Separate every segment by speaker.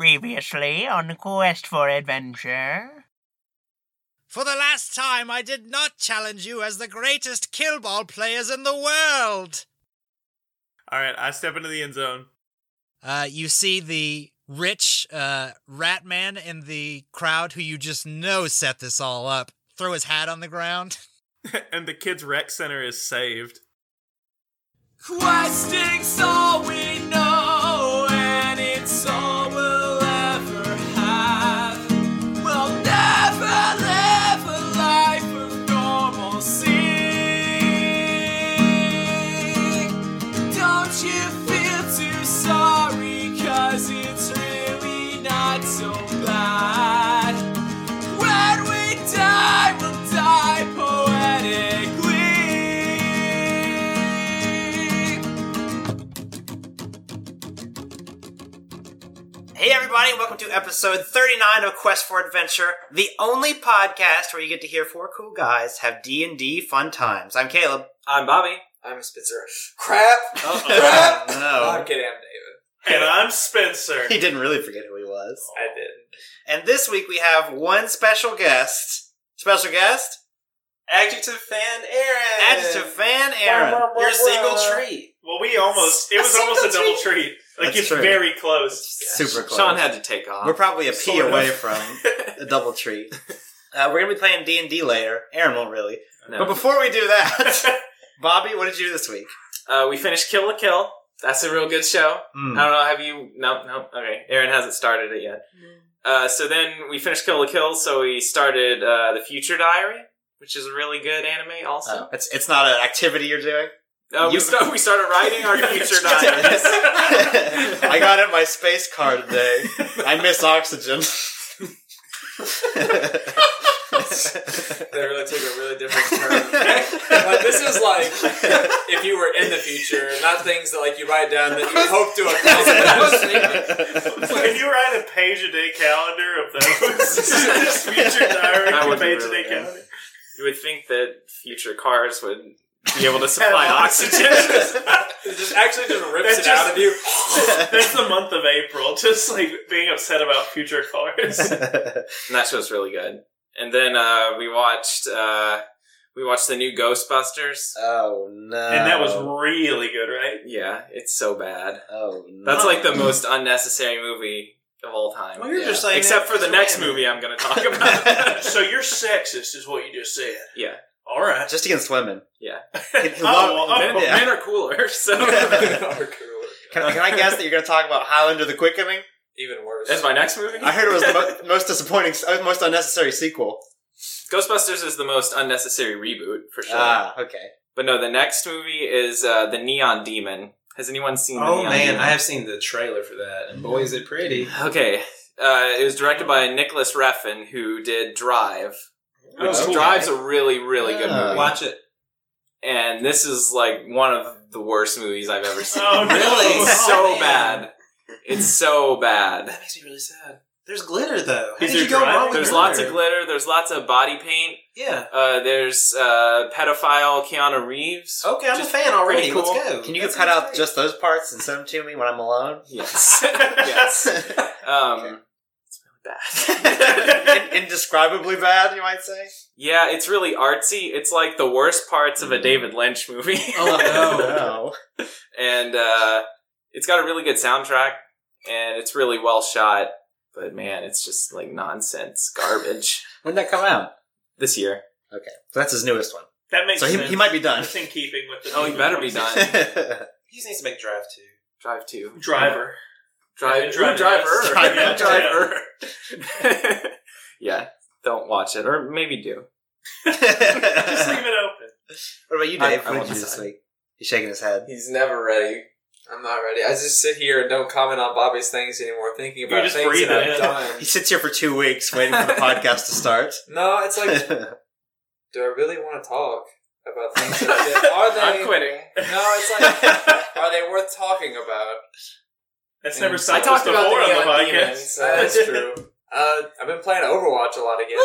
Speaker 1: Previously on Quest for Adventure.
Speaker 2: For the last time, I did not challenge you as the greatest killball players in the world.
Speaker 3: All right, I step into the end zone.
Speaker 2: Uh, you see the rich uh, rat man in the crowd who you just know set this all up throw his hat on the ground.
Speaker 3: and the kids' rec center is saved.
Speaker 4: Questing's all we know, and it's all we'll ever have. We'll never live a life of normalcy. Don't you feel too sorry, cause it's really not so bad. When we die, we'll die poetically.
Speaker 5: Hey, everybody, and welcome to episode 39 of Quest for Adventure, the only podcast where you get to hear four cool guys have D&D fun times. I'm Caleb.
Speaker 4: I'm Bobby. I'm Spencer. Crap! I'm
Speaker 5: no.
Speaker 4: kidding, I'm David.
Speaker 3: And I'm Spencer.
Speaker 5: He didn't really forget who he was.
Speaker 4: I didn't.
Speaker 5: And this week we have one special guest. Special guest?
Speaker 6: Adjective fan Aaron.
Speaker 5: Adjective fan Aaron.
Speaker 6: Your single treat.
Speaker 3: Well, we almost, it was almost a double treat. Like,
Speaker 5: That's
Speaker 3: it's
Speaker 5: true.
Speaker 3: very close.
Speaker 5: Super close.
Speaker 6: Sean had to take off.
Speaker 5: We're probably a P
Speaker 3: Sort of.
Speaker 5: away from a double treat. Uh, we're going to be playing D&D later. Aaron won't really.
Speaker 6: No.
Speaker 5: But before we do that, Bobby, what did you do this week?
Speaker 6: uh, we finished Kill a Kill. That's a real good show.
Speaker 5: Hmm.
Speaker 3: Hmm.
Speaker 6: I don't know. Have you? No, no. Okay. Aaron hasn't started it yet. Uh, so then we finished Kill a Kill. So we started uh, the Future Diary, which is a really good anime. Also,
Speaker 5: Oh, it's, it's not an activity you're doing?
Speaker 6: uh,
Speaker 5: you-
Speaker 6: we, sta- we started writing our future diaries.
Speaker 5: I got in my space car today. I miss oxygen.
Speaker 4: They really took a really different turn. like, this is like if you were in the future, not things that like you write down that you hope to accomplish.
Speaker 3: if you write a page a day calendar of those, this future diary,
Speaker 6: That
Speaker 3: a
Speaker 6: would be
Speaker 3: page
Speaker 6: really
Speaker 3: a day
Speaker 6: good.
Speaker 3: calendar.
Speaker 6: You would think that future cars would be able to supply oxygen.
Speaker 4: it just actually just rips
Speaker 3: That
Speaker 4: it
Speaker 3: just-
Speaker 4: out of you.
Speaker 3: That's the month of April, just like being upset about future cars.
Speaker 6: And that show's really good. And then uh, we watched uh, we watched the new Ghostbusters.
Speaker 5: oh no!
Speaker 3: And that was really good, right?
Speaker 6: Yeah, it's so bad.
Speaker 5: oh no.
Speaker 6: That's like the most unnecessary movie of all time.
Speaker 5: Well, you're just saying
Speaker 6: except
Speaker 5: that
Speaker 6: for the
Speaker 5: because
Speaker 6: next
Speaker 5: we're in it.
Speaker 6: movie I'm going to talk about.
Speaker 3: So you're sexist, is what you just said.
Speaker 6: yeah.
Speaker 3: All right.
Speaker 5: just against women.
Speaker 6: Yeah.
Speaker 5: Can,
Speaker 3: Oh, well, oh,
Speaker 6: Men,
Speaker 5: Yeah.
Speaker 6: men are cooler, so
Speaker 5: can- can I guess that you're going to talk about Highlander: The Quickening?
Speaker 4: Even worse.
Speaker 6: that's my next movie.
Speaker 5: I heard it was the mo- most disappointing, uh, most unnecessary sequel.
Speaker 6: Ghostbusters is the most unnecessary reboot for sure.
Speaker 5: Ah, okay.
Speaker 6: But no, the next movie is uh, the Neon Demon. Has anyone seen? the
Speaker 4: Oh
Speaker 6: Neon
Speaker 4: man,
Speaker 6: Demon?
Speaker 4: I have seen the trailer for that, and boy, is it pretty!
Speaker 6: Okay. Uh, it was directed by Nicholas Refn, who did Drive, which
Speaker 3: Oh, okay.
Speaker 6: Drive's a really, really good
Speaker 5: Yeah.
Speaker 6: movie.
Speaker 4: Watch it.
Speaker 6: And this is like one of the worst movies I've ever seen.
Speaker 3: Oh, no.
Speaker 4: Really?
Speaker 6: It's
Speaker 4: Oh, man.
Speaker 6: so bad. It's so bad.
Speaker 4: That makes me really sad.
Speaker 5: There's glitter though.
Speaker 3: How Is did there you go driving? wrong with
Speaker 6: There's lots of glitter. There's lots of body paint.
Speaker 4: Yeah.
Speaker 6: Uh, there's uh, pedophile Keanu Reeves.
Speaker 4: Okay,
Speaker 6: I'm a fan already. Let's
Speaker 4: go.
Speaker 5: Can you cut out just those parts and send them to me when I'm alone?
Speaker 6: Yes. yes. Um, It's really bad.
Speaker 5: In- indescribably bad, you might say.
Speaker 6: yeah, it's really artsy. It's like the worst parts
Speaker 4: Mm-hmm.
Speaker 6: of a David Lynch movie.
Speaker 4: Oh, no.
Speaker 5: no.
Speaker 6: and uh, it's got a really good soundtrack and it's really well shot but man it's just like nonsense garbage
Speaker 5: When did that come out?
Speaker 6: this year
Speaker 5: Okay, so that's his newest one.
Speaker 3: That makes
Speaker 5: So he,
Speaker 3: sense.
Speaker 5: he might be done.
Speaker 3: That's in keeping with the.
Speaker 6: oh you better be done
Speaker 4: He just needs to make Drive too.
Speaker 6: drive two
Speaker 3: Driver.
Speaker 6: drive er.
Speaker 3: Drive-
Speaker 6: Ooh, driver
Speaker 3: Drive- yeah. er.
Speaker 6: driver yeah don't watch it or maybe do
Speaker 3: Just leave
Speaker 5: what
Speaker 3: it open.
Speaker 5: about you,
Speaker 6: I-
Speaker 5: Dave?
Speaker 6: I
Speaker 5: what
Speaker 6: won't
Speaker 5: did you do this
Speaker 6: decide.
Speaker 5: week? He's shaking his head.
Speaker 4: He's never ready. I'm not ready. I just sit here and don't comment on Bobby's things anymore, thinking
Speaker 3: You
Speaker 4: about
Speaker 3: just
Speaker 4: things
Speaker 3: breathe
Speaker 4: that
Speaker 3: it in.
Speaker 4: I've done.
Speaker 5: He sits here for two weeks waiting for the podcast to start.
Speaker 4: No, it's like, do I really want to talk about things that I did? Are they?
Speaker 6: i'm quitting
Speaker 4: No, it's like, are they worth talking about?
Speaker 3: That's
Speaker 4: Mm.
Speaker 3: never
Speaker 4: I
Speaker 3: stopped
Speaker 6: talked
Speaker 3: us
Speaker 6: about
Speaker 3: before
Speaker 6: the
Speaker 3: on the
Speaker 6: Neon
Speaker 3: podcast.
Speaker 6: Demons.
Speaker 4: Uh, that's true. Uh, I've been playing Overwatch a lot again.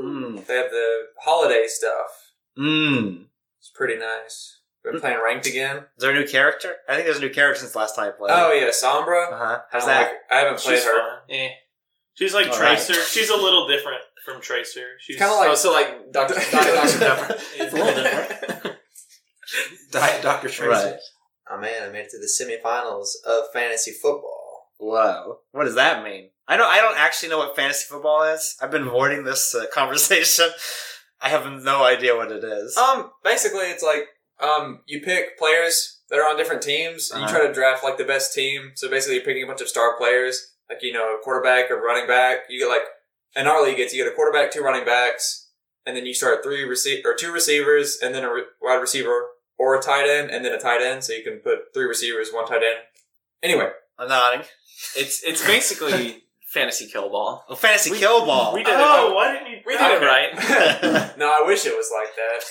Speaker 5: Mmm.
Speaker 4: They have the holiday stuff.
Speaker 5: Mmm.
Speaker 4: It's pretty nice.
Speaker 6: We're playing ranked again.
Speaker 7: Is there a new character? I think there's a new character since last time I played.
Speaker 6: Oh yeah, Sombra.
Speaker 7: Uh huh.
Speaker 6: I
Speaker 7: How's
Speaker 6: don't
Speaker 7: that?
Speaker 6: like- I haven't played
Speaker 5: She's
Speaker 6: her.
Speaker 5: fine. Eh.
Speaker 3: She's like
Speaker 7: All right.
Speaker 3: Tracer. She's a little different from Tracer. She's
Speaker 6: It's kind of like
Speaker 5: oh, so like Doctor Doctor Pepper.
Speaker 6: It's a little different. Diet Dr. Tracy.
Speaker 7: Right.
Speaker 6: Oh man, I made it to the semifinals of fantasy football.
Speaker 7: Whoa. What does that mean? I don't. I don't actually know what fantasy football is. I've been avoiding this uh, conversation. I have no idea what it is.
Speaker 6: Um, basically, it's like um, you pick players that are on different teams, and you
Speaker 7: Uh-huh.
Speaker 6: try to draft like the best team. So basically, you're picking a bunch of star players, like you know, a quarterback or running back. You get like in our league, it's you get a quarterback, two running backs, and then you start three receive or two receivers, and then a re- wide receiver or a tight end, and then a tight end. So you can put three receivers, one tight end. Anyway,
Speaker 7: I'm nodding.
Speaker 5: It's it's basically fantasy kill ball.
Speaker 7: Well, Oh, fantasy kill ball.
Speaker 3: we did
Speaker 6: Oh.
Speaker 3: it. Oh, why didn't you?
Speaker 5: We did it right.
Speaker 6: no, I wish it was like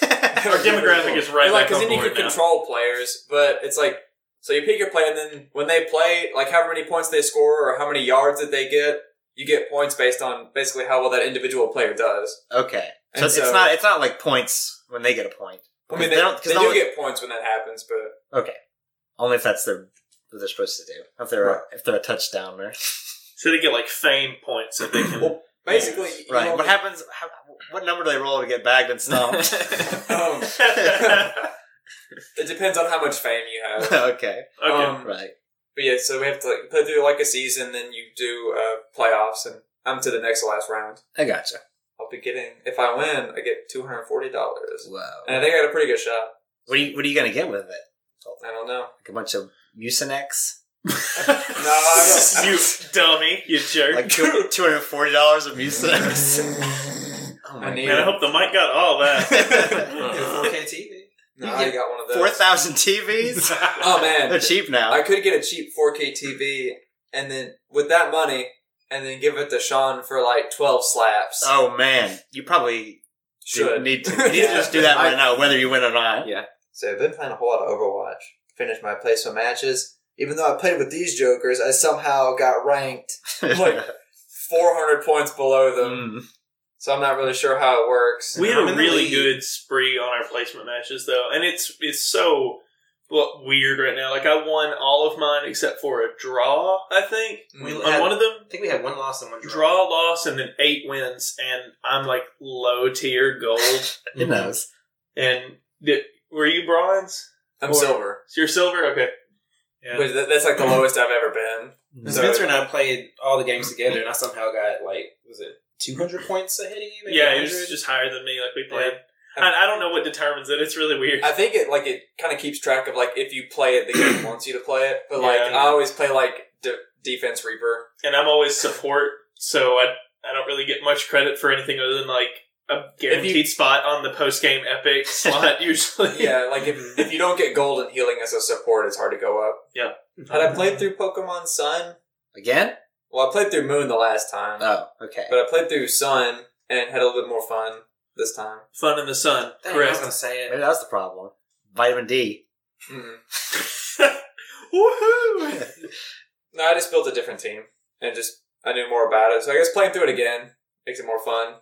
Speaker 6: that.
Speaker 3: Our demographic is right.
Speaker 6: And, like
Speaker 3: Like,
Speaker 6: because then you
Speaker 3: board
Speaker 6: can
Speaker 3: now.
Speaker 6: control players, but it's like so you pick your player, and then when they play, like how many points they score or how many yards that they get, you get points based on basically how well that individual player does.
Speaker 7: okay. So,
Speaker 6: And
Speaker 7: it's it's
Speaker 6: so-
Speaker 7: not. It's not like points when they get a point.
Speaker 6: I mean,
Speaker 7: They
Speaker 6: they,
Speaker 7: don't- 'cause
Speaker 6: they
Speaker 7: no
Speaker 6: do
Speaker 7: one-
Speaker 6: get points when that happens, but
Speaker 7: Only if that's their what they're supposed to do. If they're
Speaker 6: Right.
Speaker 7: if they're a touchdown or
Speaker 3: So they get like fame points if they can.
Speaker 6: Well, basically, you
Speaker 7: right.
Speaker 6: don't
Speaker 7: What
Speaker 6: get-
Speaker 7: happens? How, what number do they roll to get bagged and stomped?
Speaker 6: um, it depends on how much fame you have.
Speaker 7: okay.
Speaker 3: okay.
Speaker 6: Um,
Speaker 7: Right.
Speaker 6: But yeah, so we have to like play through like a season, then you do uh, playoffs, and I'm to the next to last round.
Speaker 7: I gotcha.
Speaker 6: I'll be getting if I win, I get two hundred forty dollars,
Speaker 7: Whoa.
Speaker 6: and I think I got a pretty good shot.
Speaker 7: What are you What are you gonna get with it?
Speaker 6: I don't know.
Speaker 7: Like a bunch of Mucinex?
Speaker 6: No, I don't.
Speaker 3: you dummy, you jerk.
Speaker 7: Like two hundred forty dollars of Mucinex? oh
Speaker 6: I need-
Speaker 3: Man, I hope the mic got all that.
Speaker 6: 4K TV. No, I got one of those.
Speaker 7: Four thousand TVs?
Speaker 6: Oh
Speaker 7: They're
Speaker 6: man,
Speaker 7: cheap now.
Speaker 6: I could get a cheap 4K TV, and then with that money, and then give it to Sean for like 12 slaps.
Speaker 7: Oh man, you probably do-
Speaker 6: Should
Speaker 7: need to you need to just do that right now, whether you win or not.
Speaker 6: So I've been playing a whole lot of Overwatch. Finished my placement matches. Even though I played with these jokers, I somehow got ranked like um, 400 points below them.
Speaker 7: Mm.
Speaker 6: So I'm not really sure how it works.
Speaker 3: we had
Speaker 6: I'm
Speaker 3: a
Speaker 6: in the
Speaker 3: really
Speaker 6: lead.
Speaker 3: good spree on our placement matches though, and it's it's so well, weird right now. Like I won all of mine except for a draw, I think.
Speaker 6: Mm. We
Speaker 3: on
Speaker 6: had-
Speaker 3: one of them,
Speaker 5: I think we had one loss and one
Speaker 3: draw, loss, and then eight wins, and I'm like low tier gold.
Speaker 7: Who knows?
Speaker 3: and di- were you bronze?
Speaker 6: I'm silver.
Speaker 3: So you're silver. Okay. Yeah.
Speaker 6: But that- that's like the lowest I've ever been. So-
Speaker 5: Spencer and I played all the games together, and I somehow got like was it two hundred points ahead of you? maybe
Speaker 3: yeah, it was
Speaker 5: 100?
Speaker 3: just higher than me. Like we played.
Speaker 6: Yeah.
Speaker 3: I, I don't know what determines it. It's really weird.
Speaker 6: I think it like it kind of keeps track of like if you play it, the game wants you to play it. But like
Speaker 3: Yeah.
Speaker 6: I always play like de- defense reaper.
Speaker 3: and I'm always support, so I I don't really get much credit for anything other than like a guaranteed spot on the post game epic slot usually.
Speaker 6: Yeah, like if if you don't get gold and healing as a support, it's hard to go up.
Speaker 3: Yeah.
Speaker 6: Had I played through Pokemon Sun?
Speaker 7: Again?
Speaker 6: Well, I played through Moon the last time,
Speaker 7: Oh, okay.
Speaker 6: but I played through Sun and had a little bit more fun this time.
Speaker 3: Fun in the sun,
Speaker 5: Dang, I was
Speaker 3: correct?
Speaker 5: gonna say
Speaker 7: Maybe
Speaker 5: it.
Speaker 7: that's the problem. Vitamin D.
Speaker 6: mm
Speaker 3: Woohoo!
Speaker 6: No, I just built a different team and just I knew more about it. So I guess playing through it again makes it more fun.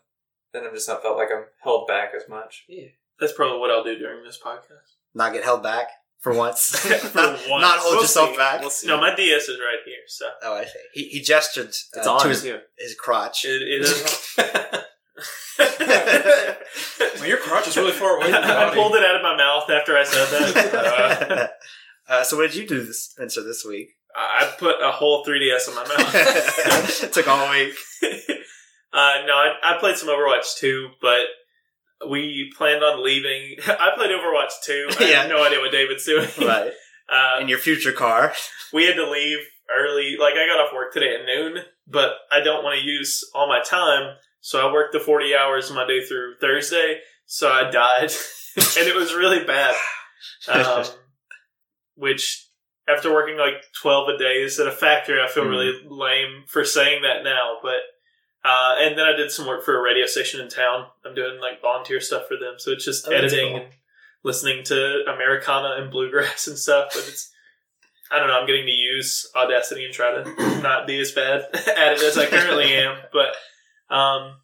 Speaker 6: Then I'm just not felt like I'm held back as much.
Speaker 3: That's probably what I'll do during this podcast.
Speaker 7: Not get held back for once.
Speaker 3: For
Speaker 7: not,
Speaker 3: once.
Speaker 7: not hold
Speaker 3: We'll
Speaker 7: yourself
Speaker 3: see.
Speaker 7: back.
Speaker 5: We'll see.
Speaker 3: No, my DS is right here, so
Speaker 7: Oh, I see. He, he gestured uh,
Speaker 5: it's on
Speaker 7: to his,
Speaker 5: too.
Speaker 7: his crotch.
Speaker 3: it, it is.
Speaker 5: Well, your crotch is really far away. From the
Speaker 3: I
Speaker 5: body.
Speaker 3: pulled it out of my mouth after I said that. Uh,
Speaker 7: Uh, so, what did you do, this, Spencer, this week?
Speaker 3: I put a whole 3DS in my mouth.
Speaker 7: Took all week.
Speaker 3: uh, no, I, I played some Overwatch 2, but we planned on leaving. I played Overwatch 2. I
Speaker 7: Yeah.
Speaker 3: have no idea what David's doing.
Speaker 7: Right.
Speaker 3: Uh,
Speaker 7: In your future car.
Speaker 3: we had to leave early. Like, I got off work today at noon, but I don't want to use all my time. So I worked the 40 hours Monday through Thursday. So I died. and it was really bad. Um, which, after working like 12 a day is at a factory, I feel
Speaker 7: Hmm.
Speaker 3: really lame for saying that now. But uh, and then I did some work for a radio station in town. I'm doing like volunteer stuff for them, so it's just
Speaker 7: Oh, that's
Speaker 3: editing
Speaker 7: cool.
Speaker 3: and listening to Americana and bluegrass and stuff. But it's I don't know. I'm getting to use Audacity and try to not be as bad at it as I currently am. But um,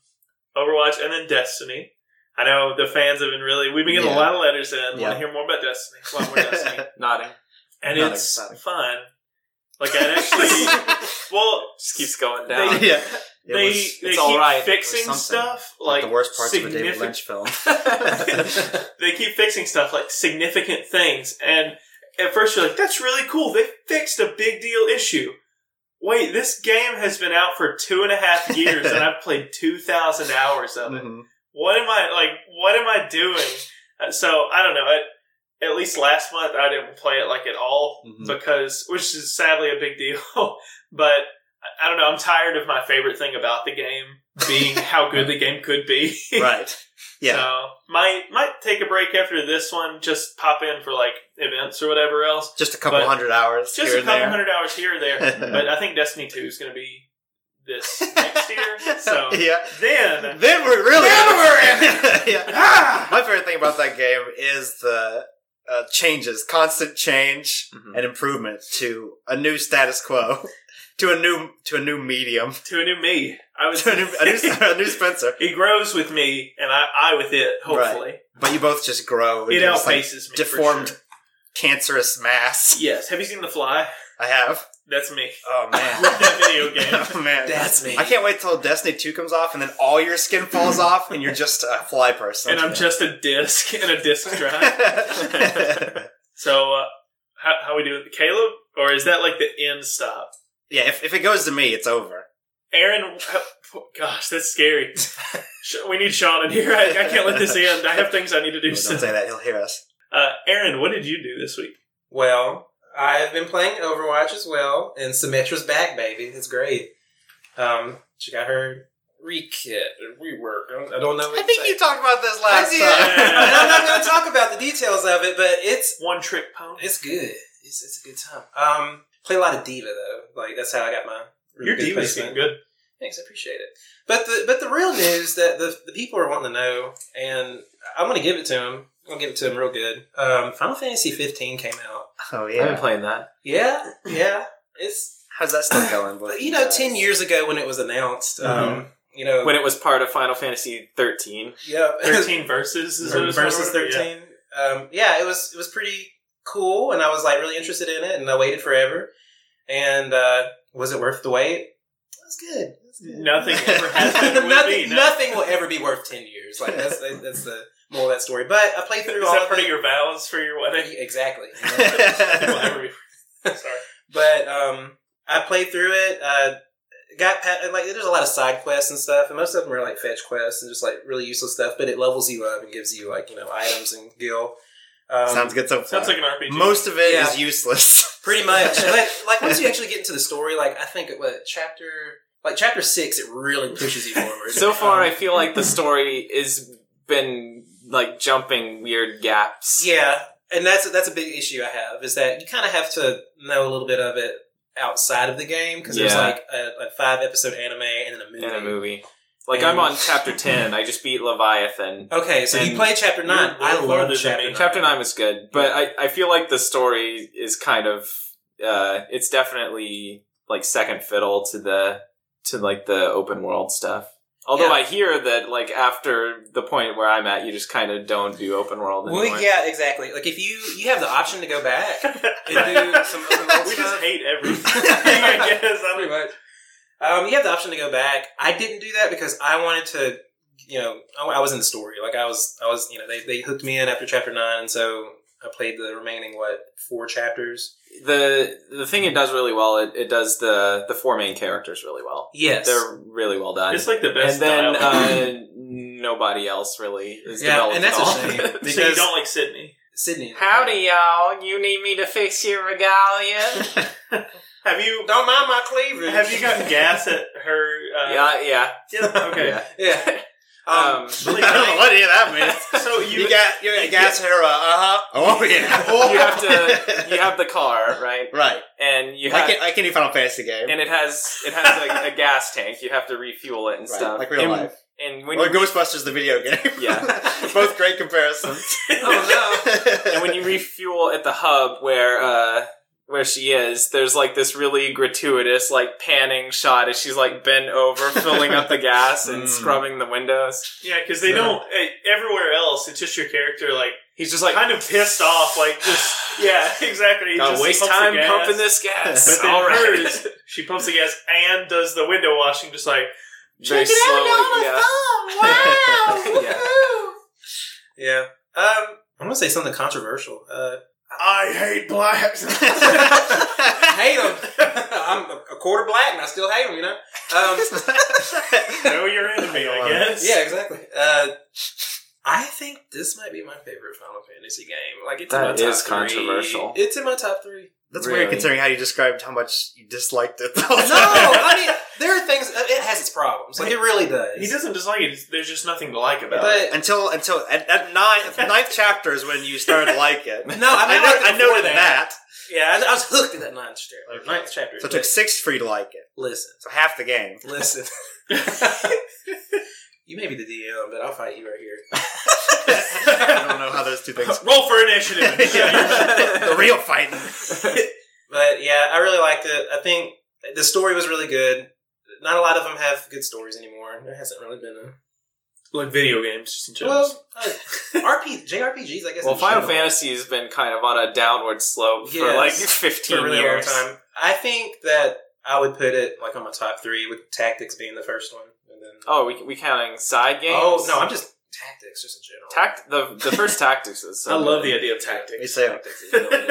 Speaker 3: Overwatch and then Destiny. I know the fans have been really. We've been getting
Speaker 7: Yeah.
Speaker 3: a lot of letters in. Want
Speaker 7: Yeah.
Speaker 3: to hear more about Destiny? A lot more Destiny,
Speaker 8: Nodding.
Speaker 3: and
Speaker 7: Nodding,
Speaker 3: it's
Speaker 7: nodding.
Speaker 3: fun. Like I actually, well,
Speaker 8: Just keeps going
Speaker 3: They-
Speaker 8: down.
Speaker 7: yeah.
Speaker 1: It
Speaker 3: they
Speaker 1: was
Speaker 3: they
Speaker 1: it's
Speaker 3: keep
Speaker 1: all right. It
Speaker 3: fixing
Speaker 1: was something.
Speaker 3: stuff like
Speaker 7: the worst parts of a David
Speaker 3: significant-
Speaker 7: Lynch film.
Speaker 3: they keep fixing stuff like significant things and at first you're like that's really cool they fixed a big deal issue wait this game has been out for two and a half years and i've played 2000 hours of it
Speaker 7: Mhm.
Speaker 3: what am i like what am i doing Uh, so i don't know at, at least last month i didn't play it like at all
Speaker 7: Mhm.
Speaker 3: because which is sadly a big deal but I- i don't know i'm tired of my favorite thing about the game being how good the game could be
Speaker 7: Right. Yeah.
Speaker 3: so might might take a break after this one. Just pop in for like events or whatever else.
Speaker 7: Just a couple
Speaker 3: but-
Speaker 7: hundred hours
Speaker 3: Just
Speaker 7: here
Speaker 3: a
Speaker 7: and
Speaker 3: couple
Speaker 7: there.
Speaker 3: hundred hours here or there. but I think Destiny Two is going to be this next year. So
Speaker 7: yeah.
Speaker 3: then
Speaker 7: Then we're really.
Speaker 1: Then
Speaker 7: yeah.
Speaker 3: Ah.
Speaker 7: My favorite thing about that game is the uh, changes, constant change
Speaker 1: Mhm.
Speaker 7: and improvement to a new status quo, to a new to a new medium,
Speaker 3: to a new me, I was
Speaker 7: to a new a new, a new Spencer.
Speaker 3: it grows with me, and I, I with it. Hopefully,
Speaker 7: But you both just grow.
Speaker 3: it
Speaker 7: into this, like,
Speaker 3: outpaces me. for
Speaker 7: deformed
Speaker 3: sure.
Speaker 7: cancerous mass.
Speaker 3: Yes. Have you seen The Fly?
Speaker 7: I have.
Speaker 3: That's me.
Speaker 7: Oh man.
Speaker 3: that video game.
Speaker 7: oh man.
Speaker 8: That's me.
Speaker 7: I can't wait till Destiny 2 comes off and then all your skin falls off and you're just a fly person.
Speaker 3: And I'm just a disc and a disc drive. So, uh, how, how we doing, Caleb? Or is that like the end stop?
Speaker 7: yeah, if, if it goes to me, it's over.
Speaker 3: Aaron, gosh, that's scary. Sh- we need Sean in here. I, I can't let this end. I have things I need to do.
Speaker 7: Don't
Speaker 3: so-
Speaker 7: say that, he'll hear us.
Speaker 3: Uh, Aaron, what did you do this week?
Speaker 5: Well, I have been playing Overwatch as well, and Symmetra's back, baby. It's great. Um, she got her rekit, rework. I don't- I don't know. What
Speaker 7: I think
Speaker 5: to
Speaker 7: you
Speaker 5: say.
Speaker 7: talked about this
Speaker 5: I
Speaker 7: last
Speaker 5: did.
Speaker 7: time.
Speaker 5: And I'm not going to talk about the details of it, but it's
Speaker 3: One trick pony.
Speaker 5: it's good. It's, it's a good time. Um, play a lot of Diva though. Like that's how I got my
Speaker 3: Your
Speaker 5: good
Speaker 3: diva's
Speaker 5: placement.
Speaker 3: getting good.
Speaker 5: Thanks, I appreciate it. But the but the real news that the, the people are wanting to know, and I'm going to give it to them. I'm going to give it to them real good. Um, Final Fantasy 15 came out.
Speaker 7: Oh,
Speaker 8: I've been
Speaker 7: yeah.
Speaker 8: playing that.
Speaker 5: Yeah, yeah. It's
Speaker 7: How's that still going? both
Speaker 5: But,
Speaker 7: of
Speaker 5: you know,
Speaker 7: guys?
Speaker 5: ten years ago when it was announced, um, you know,
Speaker 8: Mm-hmm. When it was part of Final Fantasy 13.
Speaker 5: yeah,
Speaker 3: Thirteen verses is what it was
Speaker 5: versus
Speaker 3: called? Yeah.
Speaker 5: thirteen, yeah. Um, yeah, it was it was pretty cool, and I was like really interested in it, and I waited forever. And uh, was it worth the wait? It was good. It was good.
Speaker 3: Nothing ever has been. will
Speaker 5: nothing,
Speaker 3: be, no.
Speaker 5: nothing will ever be worth ten years. Like that's that- that's the moral of that story. But I played through
Speaker 3: Is
Speaker 5: all
Speaker 3: that
Speaker 5: of
Speaker 3: part of
Speaker 5: it.
Speaker 3: your vows for your wedding?
Speaker 5: exactly.
Speaker 3: It will ever be- Sorry.
Speaker 5: But um, I played through it. Uh, got pa- like there's a lot of side quests and stuff, and most of them are like fetch quests and just like really useless stuff. But it levels you up and gives you like you know items and gil. Um,
Speaker 7: Sounds good so far.
Speaker 3: Sounds like an RPG.
Speaker 7: Most of it is
Speaker 5: Yeah.
Speaker 7: useless.
Speaker 5: pretty much. but like once you actually get into the story, like I think it what chapter like chapter six, it really pushes you forward.
Speaker 8: So far,
Speaker 5: Um,
Speaker 8: I feel like the story is been like jumping weird gaps.
Speaker 5: Yeah, and that's that's a big issue I have is that you kind of have to know a little bit of it outside of the game because there's
Speaker 8: Yeah.
Speaker 5: like a, a five episode anime and then a movie.
Speaker 8: in a movie. Like I'm on chapter ten. I just beat Leviathan.
Speaker 5: Okay, so you
Speaker 8: And
Speaker 5: played chapter nine.
Speaker 3: you're
Speaker 5: I
Speaker 3: farther
Speaker 5: love
Speaker 3: than
Speaker 5: chapter
Speaker 3: me.
Speaker 5: nine.
Speaker 8: Chapter nine was good, but I, I feel like the story is kind of uh, it's definitely like second fiddle to the to like the open world stuff. Although
Speaker 5: Yeah.
Speaker 8: I hear that like after the point where I'm at, you just kind of don't do open world anymore.
Speaker 5: Well, yeah, exactly. Like if you you have the option to go back and do some open world
Speaker 3: we
Speaker 5: stuff.
Speaker 3: just hate everything. I guess. I
Speaker 5: pretty
Speaker 3: don't-
Speaker 5: much. Um, you have the option to go back. I didn't do that because I wanted to. You know, I, I was in the story. Like I was, I was. You know, they they hooked me in after chapter nine, and so I played the remaining what four chapters.
Speaker 8: The the thing it does really well, it, it does the the four main characters really well.
Speaker 5: Yes,
Speaker 8: They're really well done.
Speaker 3: It's like the best.
Speaker 8: and then
Speaker 3: dialogue.
Speaker 8: uh, nobody else really is
Speaker 5: yeah,
Speaker 8: developed
Speaker 5: and that's
Speaker 8: at
Speaker 5: a
Speaker 8: all.
Speaker 5: shame because
Speaker 3: so you don't like Sydney.
Speaker 5: Sydney.
Speaker 8: y'all. You need me to fix your regalia?
Speaker 3: Have you
Speaker 5: Don't mind my cleavage.
Speaker 3: have you gotten gas at her? Uh,
Speaker 8: yeah, yeah.
Speaker 3: yeah, Okay.
Speaker 8: yeah.
Speaker 5: Yeah. Um,
Speaker 8: Um,
Speaker 3: Really
Speaker 7: I don't know what any of that means.
Speaker 3: So you,
Speaker 7: You, got you got gas Hera, uh huh. Oh yeah.
Speaker 8: you have to. You have the car, right?
Speaker 7: right.
Speaker 8: And you have,
Speaker 7: Like, like any Final Fantasy game.
Speaker 8: and it has it has like a gas tank. You have to refuel it and
Speaker 7: right.
Speaker 8: stuff.
Speaker 7: Like real
Speaker 8: and,
Speaker 7: life.
Speaker 8: And when
Speaker 7: Or
Speaker 8: you,
Speaker 7: Ghostbusters the video game.
Speaker 8: Yeah.
Speaker 7: Both great comparisons.
Speaker 5: oh no.
Speaker 8: and when you refuel at the hub where uh, where she is, there's like this really gratuitous like panning shot as she's like bent over, filling up the gas and
Speaker 7: Mm.
Speaker 8: scrubbing the windows.
Speaker 3: Yeah, because they
Speaker 7: Yeah.
Speaker 3: don't. eh, Everywhere else, it's just your character like
Speaker 8: He's just like,
Speaker 3: kind of pissed off, like just yeah, exactly. He
Speaker 8: gotta
Speaker 3: just
Speaker 8: waste
Speaker 3: pumps the
Speaker 8: time
Speaker 3: gas.
Speaker 8: pumping this gas.
Speaker 3: But then
Speaker 8: All right,
Speaker 3: hers, she pumps the gas and does the window washing, just like
Speaker 8: very slowly. Yeah.
Speaker 3: yeah.
Speaker 5: Um, Yeah. Um, I'm gonna say something controversial. Uh,
Speaker 3: I hate blacks.
Speaker 5: hate them. I'm a quarter black and I still hate them. You know. Um,
Speaker 3: know your enemy, I guess.
Speaker 5: yeah, exactly. Uh, I think this might be my favorite Final Fantasy game. Like it's in my
Speaker 8: That
Speaker 5: top
Speaker 8: is
Speaker 5: three.
Speaker 8: controversial.
Speaker 5: It's in my top three.
Speaker 7: That's
Speaker 8: Really?
Speaker 7: weird considering how you described how much you disliked it.
Speaker 5: No, I mean there are things. It has its problems. Like it really does.
Speaker 3: He doesn't dislike it. There's just nothing to like about it.
Speaker 5: But
Speaker 7: until until at, at ninth ninth chapter is when you started to like it.
Speaker 5: no, I,
Speaker 7: I,
Speaker 5: mean,
Speaker 7: know,
Speaker 5: liked it
Speaker 7: I
Speaker 5: before
Speaker 7: noted that.
Speaker 5: Yeah, I, I was hooked in that ninth chapter.
Speaker 3: Okay.
Speaker 5: Ninth chapter.
Speaker 7: So
Speaker 5: but
Speaker 7: it took six for you to like it.
Speaker 5: listen,
Speaker 7: So half the game.
Speaker 5: listen. you may be the DM, but I'll fight you right here.
Speaker 7: I don't know how those two things.
Speaker 3: Roll for initiative.
Speaker 7: the real fighting.
Speaker 5: But yeah, I really liked it. I think the story was really good. Not a lot of them have good stories anymore. There hasn't really been a
Speaker 3: like video games, just in general.
Speaker 5: well, uh, RP JRPGs. I guess.
Speaker 8: Well,
Speaker 5: in
Speaker 8: Final
Speaker 5: general,
Speaker 8: Fantasy has been kind of on a downward slope for
Speaker 5: Yes,
Speaker 8: like
Speaker 5: for
Speaker 8: 15
Speaker 5: for a really
Speaker 8: years.
Speaker 5: long time. I think that I would put it like on my top three, with tactics being the first one, and then
Speaker 8: Oh, we we counting side games?
Speaker 5: oh no, I'm just tactics, just in general.
Speaker 8: Tact- the the first tactics is so
Speaker 3: I love
Speaker 8: good.
Speaker 3: the idea of
Speaker 7: You
Speaker 3: tactics.
Speaker 7: say,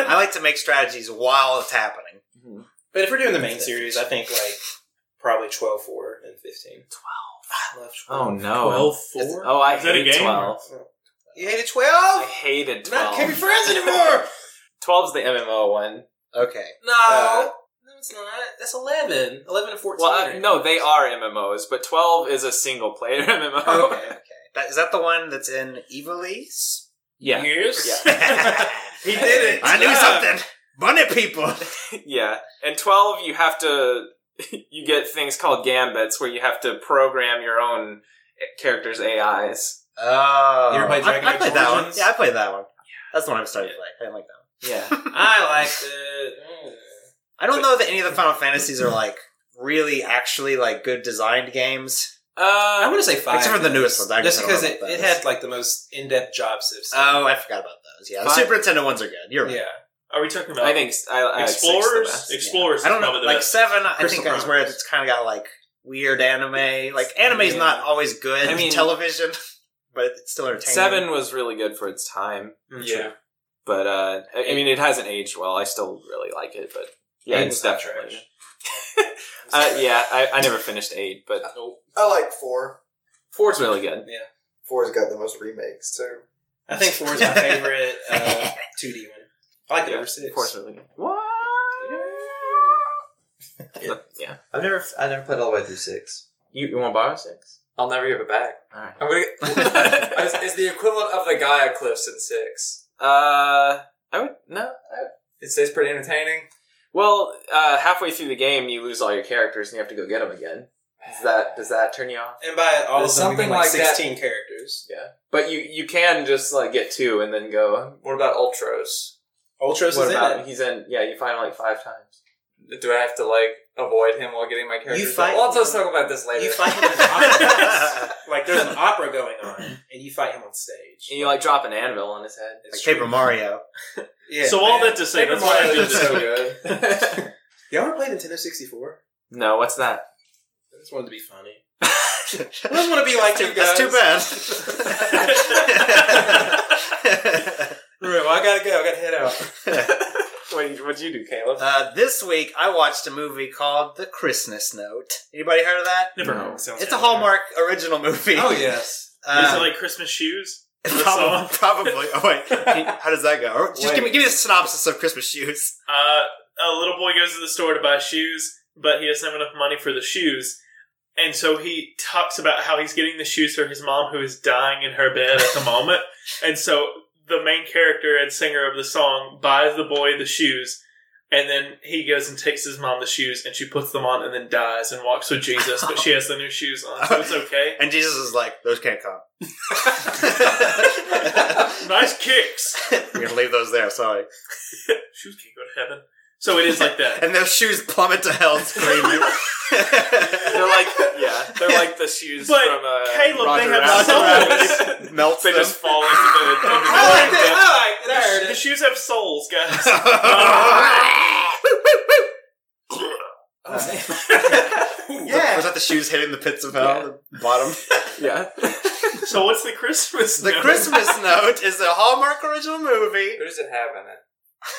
Speaker 7: I like to make strategies while it's happening.
Speaker 8: Mm-hmm.
Speaker 5: But if we're doing the main series, I think like probably 12, 4, and fifteen. Twelve. I love twelve.
Speaker 8: Oh no!
Speaker 3: four.
Speaker 8: Oh, I
Speaker 3: Is that a
Speaker 8: hate
Speaker 3: game?
Speaker 8: twelve.
Speaker 5: You hated
Speaker 8: I
Speaker 5: twelve?
Speaker 8: hated
Speaker 5: Not can be
Speaker 8: twelve.
Speaker 5: friends anymore.
Speaker 8: Twelve's the MMO one.
Speaker 7: Okay.
Speaker 5: No,
Speaker 8: Uh,
Speaker 5: no, it's not. That's eleven. Eleven and fourteen.
Speaker 8: Well, I, no, they are MMOs, but twelve is a single player MMO.
Speaker 5: Okay.
Speaker 7: That, is that the one that's in Evilise?
Speaker 8: Yeah,
Speaker 3: Years?
Speaker 5: he did it.
Speaker 7: I knew
Speaker 8: Yeah.
Speaker 7: something. Bunny people.
Speaker 8: yeah. And twelve, you have to you get things called gambits where you have to program your own characters' AIs.
Speaker 7: Oh.
Speaker 5: You ever played Dragon
Speaker 7: I, I
Speaker 5: Age
Speaker 7: played that one.
Speaker 5: Origins?
Speaker 7: Yeah, I played that one. That's the one I'm starting to play. I didn't like that one.
Speaker 8: Yeah,
Speaker 5: I liked it. Mm.
Speaker 7: I don't know that any of the Final Fantasies are like really actually like good designed games.
Speaker 5: I
Speaker 8: uh,
Speaker 5: want to say five,
Speaker 7: Except for the newest ones, I
Speaker 5: just
Speaker 7: guess I don't
Speaker 5: because
Speaker 7: know
Speaker 5: it,
Speaker 7: about
Speaker 5: it
Speaker 7: those.
Speaker 5: had like the most in-depth job sips.
Speaker 7: Oh, I forgot about those. Yeah, the
Speaker 8: Fi-
Speaker 7: Super Nintendo ones are good. You're right.
Speaker 5: yeah,
Speaker 3: Are we talking about
Speaker 8: I think I, I like six the
Speaker 3: explorers?
Speaker 8: best.
Speaker 3: Explorers.
Speaker 7: I don't
Speaker 3: is
Speaker 7: know.
Speaker 3: probably the
Speaker 7: Like
Speaker 3: best.
Speaker 7: seven, I
Speaker 5: Crystal
Speaker 7: think is where it's kind of got like weird anime. Like anime's
Speaker 5: Yeah.
Speaker 7: not always good.
Speaker 8: I mean-
Speaker 7: television, but it's still entertaining.
Speaker 8: Seven was really good for its time,
Speaker 6: Yeah.
Speaker 8: but uh, I I mean, it hasn't aged well. I still really like it, but yeah,
Speaker 5: Eight
Speaker 8: it's
Speaker 5: was not
Speaker 8: definitely.
Speaker 5: trash.
Speaker 8: uh, yeah, I, I never finished eight, but
Speaker 6: I like four.
Speaker 8: four's really good.
Speaker 6: Four's got the most remakes, so
Speaker 5: I think four is my favorite uh, 2D one. I like it
Speaker 8: Yeah,
Speaker 5: over six.
Speaker 8: Four's really good. What? yeah.
Speaker 6: I've never I never played all the way through six.
Speaker 8: You, you want to borrow six?
Speaker 6: I'll never give it back.
Speaker 8: All right.
Speaker 6: I'm gonna. Get, it's, it's the equivalent of the Gaia cliffs in six.
Speaker 8: Uh, I would no.
Speaker 6: It stays pretty entertaining.
Speaker 8: Well, uh, halfway through the game, you lose all your characters and you have to go get them again. Does that does that turn you off?
Speaker 5: And by all of
Speaker 6: There's
Speaker 5: them, we mean
Speaker 6: something
Speaker 5: like
Speaker 6: like that.
Speaker 5: sixteen characters.
Speaker 8: Yeah, but you you can just like get two and then go.
Speaker 6: What about Ultros?
Speaker 5: Ultros
Speaker 8: what
Speaker 5: is
Speaker 8: about
Speaker 5: in it.
Speaker 8: he's in? Yeah, you find him like five times.
Speaker 6: Do I have to like avoid him while getting my character?
Speaker 5: You fight-
Speaker 6: Well, let's talk about this later.
Speaker 5: You fight him in an opera. like there's an opera going on, and you fight him on stage.
Speaker 8: And you like drop an anvil on his head.
Speaker 7: like Paper Mario.
Speaker 5: Yeah.
Speaker 3: so all that to say,
Speaker 6: Paper
Speaker 3: that's why I
Speaker 6: Mario
Speaker 3: did
Speaker 6: is
Speaker 3: this.
Speaker 6: so good.
Speaker 5: Y'all ever played Nintendo 64?
Speaker 8: No, what's that?
Speaker 5: I just wanted to be funny. I just want to be like you guys.
Speaker 7: That's too bad.
Speaker 5: Right, well, I gotta go. I gotta head out.
Speaker 8: What what'd you do, Caleb?
Speaker 7: uh, this week I watched a movie called The Christmas Note. Anybody heard of that?
Speaker 3: Never
Speaker 8: No.
Speaker 3: heard. Sounds
Speaker 7: It's a
Speaker 3: good.
Speaker 7: Hallmark original movie.
Speaker 5: Oh yes.
Speaker 7: Uh,
Speaker 3: Is it like Christmas shoes? the song?
Speaker 7: Probably, probably. Oh wait, how does that go? Or Just give me
Speaker 8: Wait.
Speaker 7: give me a synopsis of Christmas shoes.
Speaker 3: Uh, a little boy goes to the store to buy shoes, but he doesn't have enough money for the shoes. And so he talks about how he's getting the shoes for his mom, who is dying in her bed at the moment. And so the main character and singer of the song buys the boy the shoes, and then he goes and takes his mom the shoes, and she puts them on and then dies and walks with Jesus, but she has the new shoes on, so it's okay.
Speaker 7: And Jesus is like, "Those can't come.
Speaker 3: Nice kicks!
Speaker 7: We're gonna leave those there. Sorry."
Speaker 3: Shoes can't go to heaven. So it is like that.
Speaker 7: and their shoes plummet to hell screaming.
Speaker 8: They're like, yeah, they're like the shoes
Speaker 3: But
Speaker 8: from uh,
Speaker 3: Caleb,
Speaker 8: Roger
Speaker 3: they have
Speaker 8: Rabbit.
Speaker 3: souls.
Speaker 7: Melts
Speaker 8: They
Speaker 7: them.
Speaker 8: just fall into the. Into the
Speaker 7: Oh,
Speaker 5: I like that. I like that. I heard
Speaker 3: The
Speaker 5: it.
Speaker 3: shoes have souls, guys.
Speaker 7: Was that the shoes hitting the pits of hell? The bottom.
Speaker 8: Yeah.
Speaker 3: so what's the Christmas?
Speaker 7: The
Speaker 3: note?
Speaker 7: Christmas Note is a Hallmark original movie.
Speaker 6: Who does it have in it?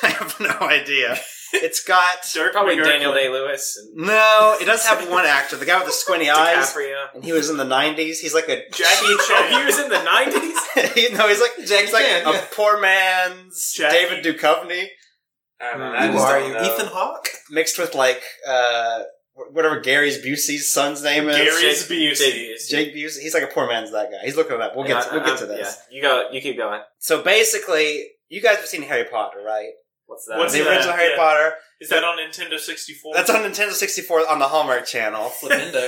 Speaker 7: I have no idea. It's got
Speaker 3: Dirk
Speaker 8: Probably
Speaker 3: McGurk-
Speaker 8: Daniel Day Lewis and
Speaker 7: no. It does have one actor, the guy with the squinty eyes,
Speaker 8: DiCaprio.
Speaker 7: and he was in the '90s. He's like a
Speaker 3: Jackie Chan.
Speaker 8: He was in the nineties.
Speaker 7: you know, he's like he's like
Speaker 5: Chan,
Speaker 7: a
Speaker 5: yeah.
Speaker 7: poor man's
Speaker 3: Jackie-
Speaker 7: David Duchovny
Speaker 6: I don't know.
Speaker 5: Hmm. Who
Speaker 6: I just
Speaker 5: are
Speaker 6: don't
Speaker 5: you,
Speaker 6: know.
Speaker 5: Ethan Hawke?
Speaker 7: mixed with like uh wh- whatever Gary's Busey's son's name is.
Speaker 3: Gary's
Speaker 8: Jake-
Speaker 3: Busey.
Speaker 7: Jake Busey. He's like a poor man's that guy. He's looking it up. We'll get we'll get to this.
Speaker 8: Yeah, you go. You keep going.
Speaker 7: So basically, you guys have seen Harry Potter, right?
Speaker 8: What's that?
Speaker 3: What's
Speaker 7: the
Speaker 3: that?
Speaker 7: original Harry
Speaker 3: Yeah.
Speaker 7: Potter.
Speaker 3: Is that on Nintendo 64?
Speaker 7: That's on Nintendo 64 on the Hallmark Channel.
Speaker 5: Flipendo.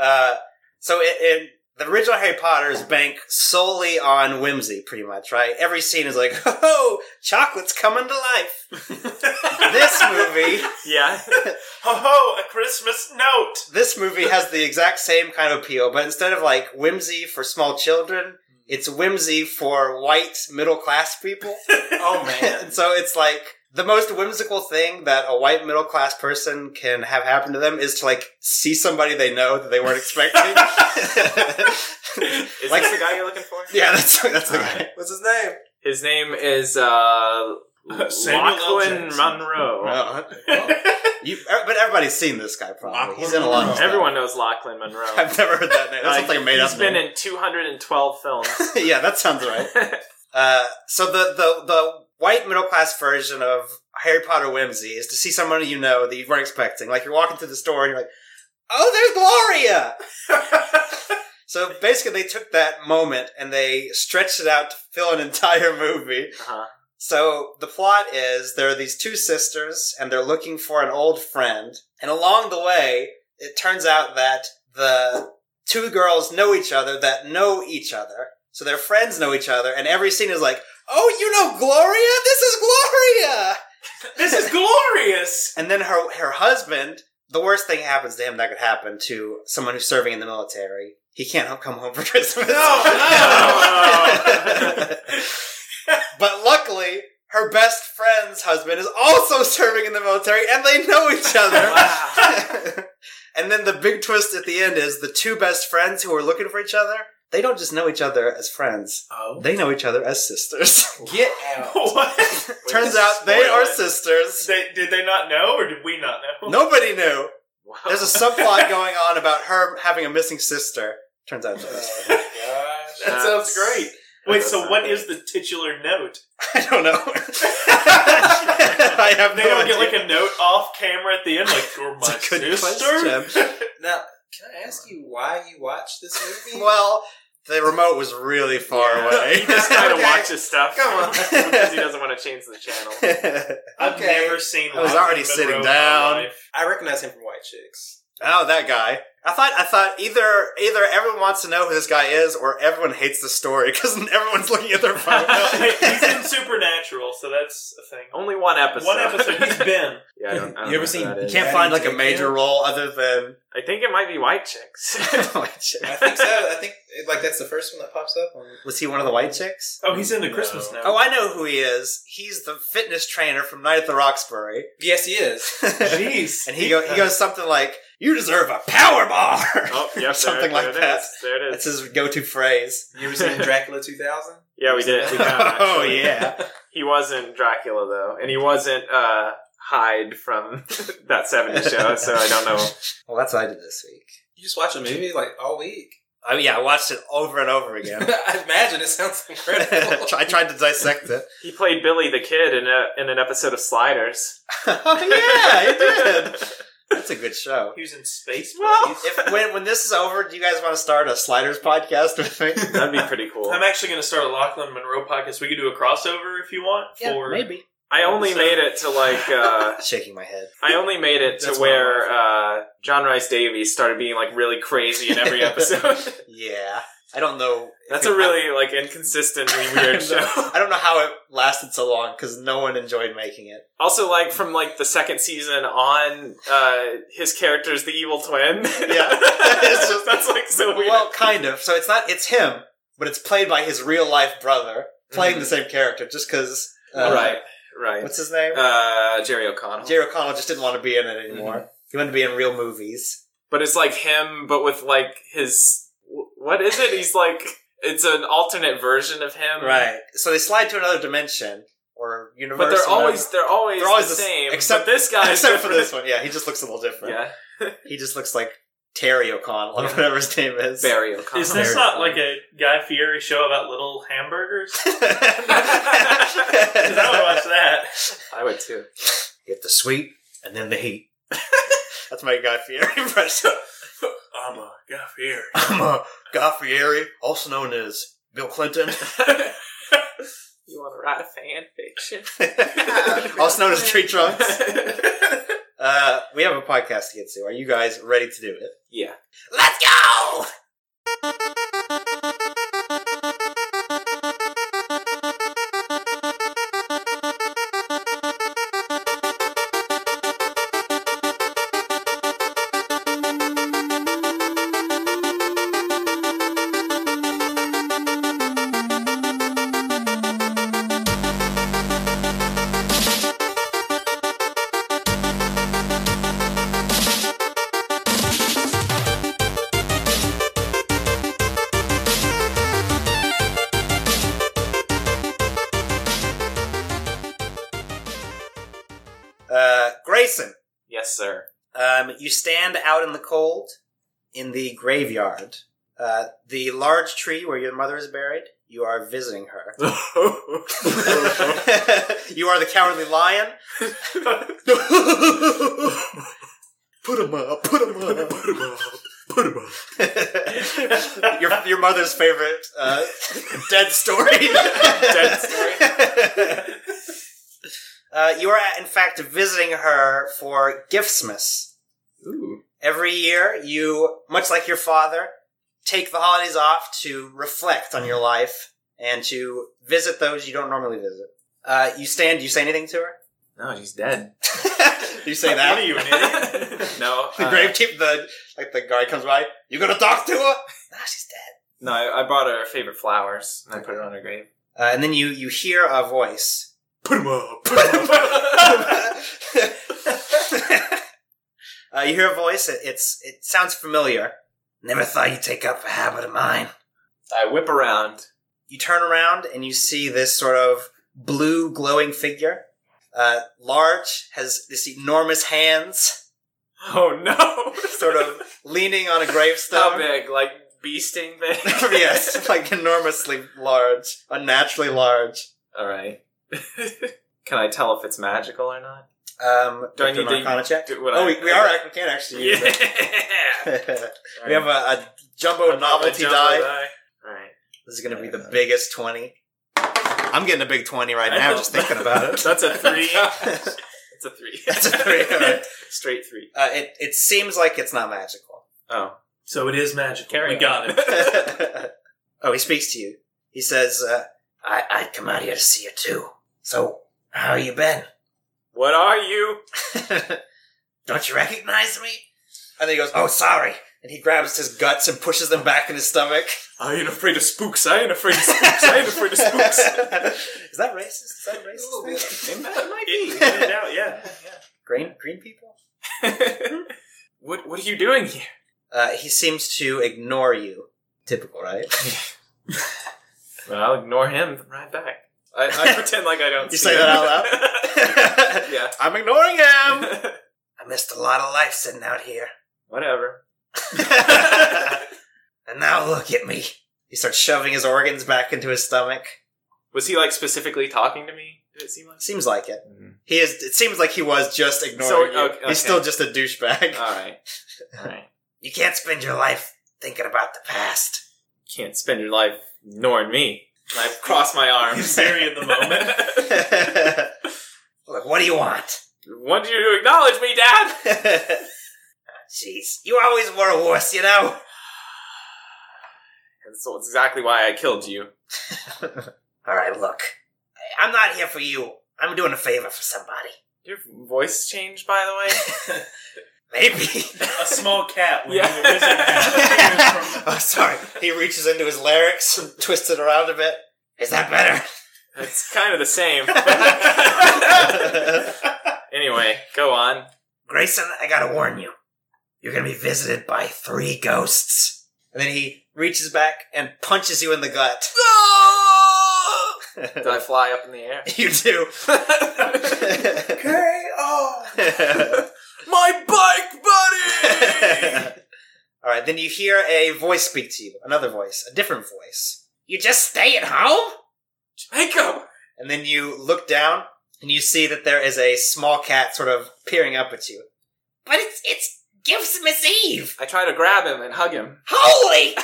Speaker 7: Uh, so it, it, the original Harry Potter is banked solely on whimsy, pretty much, right? Every scene is like, "Oh, chocolate's coming to life." this movie,
Speaker 8: yeah.
Speaker 3: Ho ho, a Christmas note!
Speaker 7: this movie has the exact same kind of appeal, but instead of like whimsy for small children, it's whimsy for white middle class people.
Speaker 5: Oh
Speaker 7: and so it's like the most whimsical thing that a white middle class person can have happen to them is to like see somebody they know that they weren't expecting.
Speaker 8: Is
Speaker 7: Like-
Speaker 8: this the guy you're looking for?
Speaker 7: yeah, that's that's the guy.
Speaker 5: What's his name?
Speaker 8: His name is uh,
Speaker 3: Samuel L.
Speaker 8: Lachlan
Speaker 3: Jackson.
Speaker 8: Monroe.
Speaker 7: Uh, you, er- but everybody's seen this guy probably. He's in a lot of stuff.
Speaker 8: Everyone knows Lachlan Monroe.
Speaker 7: I've never heard that name. That sounds like a made
Speaker 8: He's
Speaker 7: up
Speaker 8: been
Speaker 7: name.
Speaker 8: in 212 films.
Speaker 7: yeah, that sounds right. Uh, so the the the white middle class version of Harry Potter whimsy is to see someone you know that you weren't expecting. Like you're walking through the store and you're like, "Oh, there's Gloria." so basically, they took that moment and they stretched it out to fill an entire movie.
Speaker 8: uh-huh.
Speaker 7: So the plot is there are these two sisters and they're looking for an old friend. And along the way, it turns out that the two girls know each other that know each other. So their friends know each other and every scene is like, Oh, you know Gloria? This is
Speaker 3: This
Speaker 7: Gloria!
Speaker 3: is glorious!
Speaker 7: And then her her husband, the worst thing happens to him that could happen to someone who's serving in the military. He can't ho- come home for Christmas.
Speaker 3: no.
Speaker 7: but luckily, her best friend's husband is also serving in the military, and they know each other. and then the big twist at the end is the two best friends who are looking for each other. They don't just know each other as friends;
Speaker 5: Oh.
Speaker 7: they know each other as sisters.
Speaker 5: Get out.
Speaker 3: what?
Speaker 7: Turns out they
Speaker 8: spoiler.
Speaker 7: are sisters.
Speaker 3: They, did they not know, or did we not know?
Speaker 7: Nobody knew.
Speaker 8: Wow.
Speaker 7: There's a subplot going on about her having a missing sister. Turns out it's her best friend.
Speaker 3: That sounds great. Wait, so what is the titular note?
Speaker 7: I don't know. I have
Speaker 3: They
Speaker 7: no
Speaker 3: gonna
Speaker 7: idea.
Speaker 3: get like a note off camera at the end, like you're my
Speaker 7: It's a good
Speaker 3: sister.
Speaker 7: question.
Speaker 5: Now, can I ask you why you watched this movie?
Speaker 7: well, the remote was really far
Speaker 8: He just kind of
Speaker 7: away.
Speaker 8: watches stuff.
Speaker 7: Come on.
Speaker 8: because he doesn't want to change the channel.
Speaker 3: I've
Speaker 5: Okay.
Speaker 3: never seen.
Speaker 7: I was already
Speaker 3: Lachlan
Speaker 7: sitting
Speaker 3: Monroe in my
Speaker 7: down.
Speaker 3: life.
Speaker 5: I recognize him from White Chicks.
Speaker 7: oh, that guy. I thought I thought either either everyone wants to know who this guy is or everyone hates the story because everyone's looking at their phone.
Speaker 3: No, hey, he's in Supernatural, so that's a thing.
Speaker 8: Only one episode.
Speaker 3: One episode he's been.
Speaker 8: yeah, I don't, I don't
Speaker 5: You ever
Speaker 8: know
Speaker 5: seen
Speaker 8: who that
Speaker 7: you
Speaker 8: is.
Speaker 7: can't find like a major role other than.
Speaker 8: I think it might be White Chicks.
Speaker 5: I think so. I think like that's the first one that pops up. On...
Speaker 7: Was he one of the white chicks?
Speaker 3: Oh, he's in the Christmas note.
Speaker 7: Oh, I know who he is. He's the fitness trainer from Night at the Roxbury.
Speaker 5: Yes, he is.
Speaker 7: and
Speaker 3: jeez.
Speaker 7: he, go, he goes something like, "You deserve a power bar."
Speaker 8: oh, yep, there-
Speaker 7: something
Speaker 8: there
Speaker 7: like
Speaker 8: it is.
Speaker 7: that.
Speaker 8: There it
Speaker 7: That's
Speaker 8: is.
Speaker 7: his go-to phrase.
Speaker 5: You ever seen Dracula 2000?
Speaker 8: yeah, we did. We got it,
Speaker 7: oh
Speaker 8: actually.
Speaker 7: yeah.
Speaker 8: He wasn't Dracula though, and he wasn't uh Hyde from that 70s show, so I don't know.
Speaker 7: Well, that's what I did this week.
Speaker 5: You just watch a movie like all week.
Speaker 7: I mean, Oh, yeah, I watched it over and over again.
Speaker 5: I imagine it sounds incredible.
Speaker 7: I tried to dissect it.
Speaker 8: He played Billy the Kid in a, uh, in an episode of Sliders.
Speaker 7: oh yeah, I did. That's a good show.
Speaker 3: He was in space.
Speaker 8: Well,
Speaker 3: Buddies.
Speaker 7: If when when this is over, do you guys want to start a sliders podcast with me?
Speaker 8: That'd be pretty cool.
Speaker 3: I'm actually going to start a Lachlan Monroe podcast. We could do a crossover if you want. for
Speaker 7: maybe.
Speaker 8: I only made it to like uh
Speaker 7: Shaking my head.
Speaker 8: I only made it to
Speaker 5: That's
Speaker 8: where uh John Rice Davies started being like really crazy in every episode.
Speaker 7: Yeah. I don't know. if
Speaker 8: That's
Speaker 7: it-
Speaker 8: a really like inconsistently weird show.
Speaker 7: I don't know how it lasted so long because no one enjoyed making it.
Speaker 8: Also, like from like the second season on, uh, his character's the evil twin.
Speaker 7: Yeah. It's just-
Speaker 8: that's like so weird.
Speaker 7: Well, kind of. So it's not. It's him, but it's played by his real life brother playing the same character. Just because.
Speaker 8: Mm-hmm. right, right.
Speaker 7: What's his name?
Speaker 8: Uh, Mm-hmm. Jerry O'Connell.
Speaker 7: Jerry O'Connell just didn't want to be in it anymore. He wanted to be in real movies.
Speaker 8: but it's like him, but with like his wh- what is it? He's like it's an alternate version of him,
Speaker 7: So they slide to another dimension or universe.
Speaker 8: But
Speaker 7: or
Speaker 8: they're
Speaker 7: whatever.
Speaker 8: always they're always
Speaker 7: They're always
Speaker 8: the
Speaker 7: the s-
Speaker 8: same.
Speaker 7: except-
Speaker 8: Except this guy, is
Speaker 7: except for
Speaker 8: different.
Speaker 7: this one. Yeah, he just looks a little different.
Speaker 8: Yeah,
Speaker 7: He just looks like Terry O'Connell or whatever his name is.
Speaker 8: Barry O'Connell.
Speaker 3: Is this
Speaker 7: Very
Speaker 3: not
Speaker 7: fun.
Speaker 3: like a Guy Fieri show about little hamburgers? 'Cause I would watch
Speaker 7: That's
Speaker 3: that.
Speaker 8: I would too.
Speaker 1: Get the sweet and then the heat.
Speaker 7: my Guy Fieri impression.
Speaker 3: I'm a Guy Fieri.
Speaker 1: I'm
Speaker 7: uh,
Speaker 1: a Guy Fieri, also known as Bill Clinton.
Speaker 8: You want to write a fan fiction?
Speaker 7: also known as Tree Trunks. Uh, we have a podcast to get to. Are you guys ready to do it?
Speaker 8: yeah.
Speaker 7: Let's go! Uh, Grayson,
Speaker 8: Yes, sir.
Speaker 7: um, you stand out in the cold in the graveyard. Uh, the large tree where your mother is buried, you are visiting her. you are the cowardly lion. put him up, put him up, put him up, put him up. your, your mother's favorite uh, dead story. dead story. uh, you are, in fact, visiting her for Giftsmas. Ooh. Every year, you, much like your father, take the holidays off to reflect on your life and to visit those you don't normally visit. Uh, you stand. Do you say anything to her?
Speaker 8: No, she's dead.
Speaker 7: Do you say that?
Speaker 3: What are you, an idiot?
Speaker 8: no,
Speaker 7: The
Speaker 8: uh,
Speaker 7: grave keep the like the guard comes by. You gonna talk to her? Nah, she's
Speaker 8: No, I, I bought her favorite flowers and I put it on her grave.
Speaker 7: dead. Uh, and then you you hear a voice. uh, you hear a voice. It, it's it sounds familiar. Never thought you'd take up a habit of mine.
Speaker 8: I whip around.
Speaker 7: you turn around and you see this sort of blue glowing figure. Uh, large, has this enormous hands,
Speaker 8: Oh no!
Speaker 7: sort of leaning on a gravestone.
Speaker 8: How big? Like bee sting big?
Speaker 7: yes, like enormously large, unnaturally large.
Speaker 8: All right. Can I tell if it's magical or not?
Speaker 7: Um,
Speaker 8: Do I
Speaker 7: do
Speaker 8: need
Speaker 7: an
Speaker 8: to
Speaker 7: arcana check?
Speaker 8: do what
Speaker 7: Oh,
Speaker 8: I-
Speaker 7: we, we are. act- We can actually use
Speaker 8: Yeah.
Speaker 7: it. we have a, a jumbo novelty die.
Speaker 8: All right.
Speaker 7: This is going to be the biggest twenty. I'm getting a big twenty right
Speaker 8: I
Speaker 7: now
Speaker 8: know.
Speaker 7: just thinking about it.
Speaker 8: That's a three. it's a three.
Speaker 7: That's a three, all right.
Speaker 8: Straight three.
Speaker 7: Uh, it it seems like it's not magical.
Speaker 8: Oh.
Speaker 3: So it is magical.
Speaker 8: Carry
Speaker 3: we got
Speaker 8: on.
Speaker 3: it.
Speaker 7: oh, he speaks to you. He says, uh,
Speaker 1: I, I'd come out here to see you too. So, how you been?
Speaker 8: What are you?
Speaker 1: Don't you recognize me?
Speaker 7: and then he goes, "Oh, sorry." And he grabs his guts and pushes them back in his stomach.
Speaker 8: I ain't afraid of spooks. I ain't afraid of spooks. I ain't afraid of spooks.
Speaker 7: Is that racist? Is that racist?
Speaker 8: It might
Speaker 3: It turned out, yeah.
Speaker 7: green green people.
Speaker 8: be. what What are you doing here?
Speaker 7: Uh, he seems to ignore you. Typical, right?
Speaker 8: Well, I'll ignore him right back. I, I pretend like I don't.
Speaker 7: You
Speaker 8: see
Speaker 7: say
Speaker 8: him.
Speaker 7: that out loud.
Speaker 8: yeah.
Speaker 7: I'm ignoring him.
Speaker 1: I missed a lot of life sitting out here.
Speaker 8: Whatever.
Speaker 1: And now look at me.
Speaker 7: he starts shoving his organs back into his stomach.
Speaker 8: Was he like specifically talking to me? Did it seem like?
Speaker 7: Seems like it. He is. It seems like he was just ignoring
Speaker 8: Mm-hmm. So,
Speaker 7: you.
Speaker 8: okay- Uh,
Speaker 7: He's still just a douchebag.
Speaker 8: All right. All right.
Speaker 1: You can't spend your life thinking about the past.
Speaker 8: Can't spend your life ignoring me. And I cross my arms.
Speaker 3: Very in the moment.
Speaker 1: Look, what do you want?
Speaker 8: Want you to acknowledge me, Dad.
Speaker 1: Jeez, you always were a wuss, you know?
Speaker 8: And so it's exactly why I killed you.
Speaker 1: All right, look. I- I'm not here for you. I'm doing a favor for somebody.
Speaker 8: Your voice changed, by the way.
Speaker 1: Maybe.
Speaker 3: A small cat. When
Speaker 8: Yeah.
Speaker 3: you were missing half the ears
Speaker 7: oh, sorry. He reaches into his larynx and twists it around a bit.
Speaker 1: Is that better?
Speaker 8: It's kind of the same. anyway, go on.
Speaker 1: Grayson, I gotta warn you. You're gonna be visited by three ghosts.
Speaker 7: And then he reaches back and punches you in the gut.
Speaker 8: Did I fly up in the air?
Speaker 7: you do.
Speaker 4: My bike, buddy!
Speaker 7: All right, then you hear a voice speak to you. Another voice, a different voice.
Speaker 1: You just stay at home?
Speaker 8: Jacob!
Speaker 7: And then you look down and you see that there is a small cat sort of peering up at you.
Speaker 1: But it's it's Gibson's Eve!
Speaker 8: I try to grab him and hug him.
Speaker 1: Holy!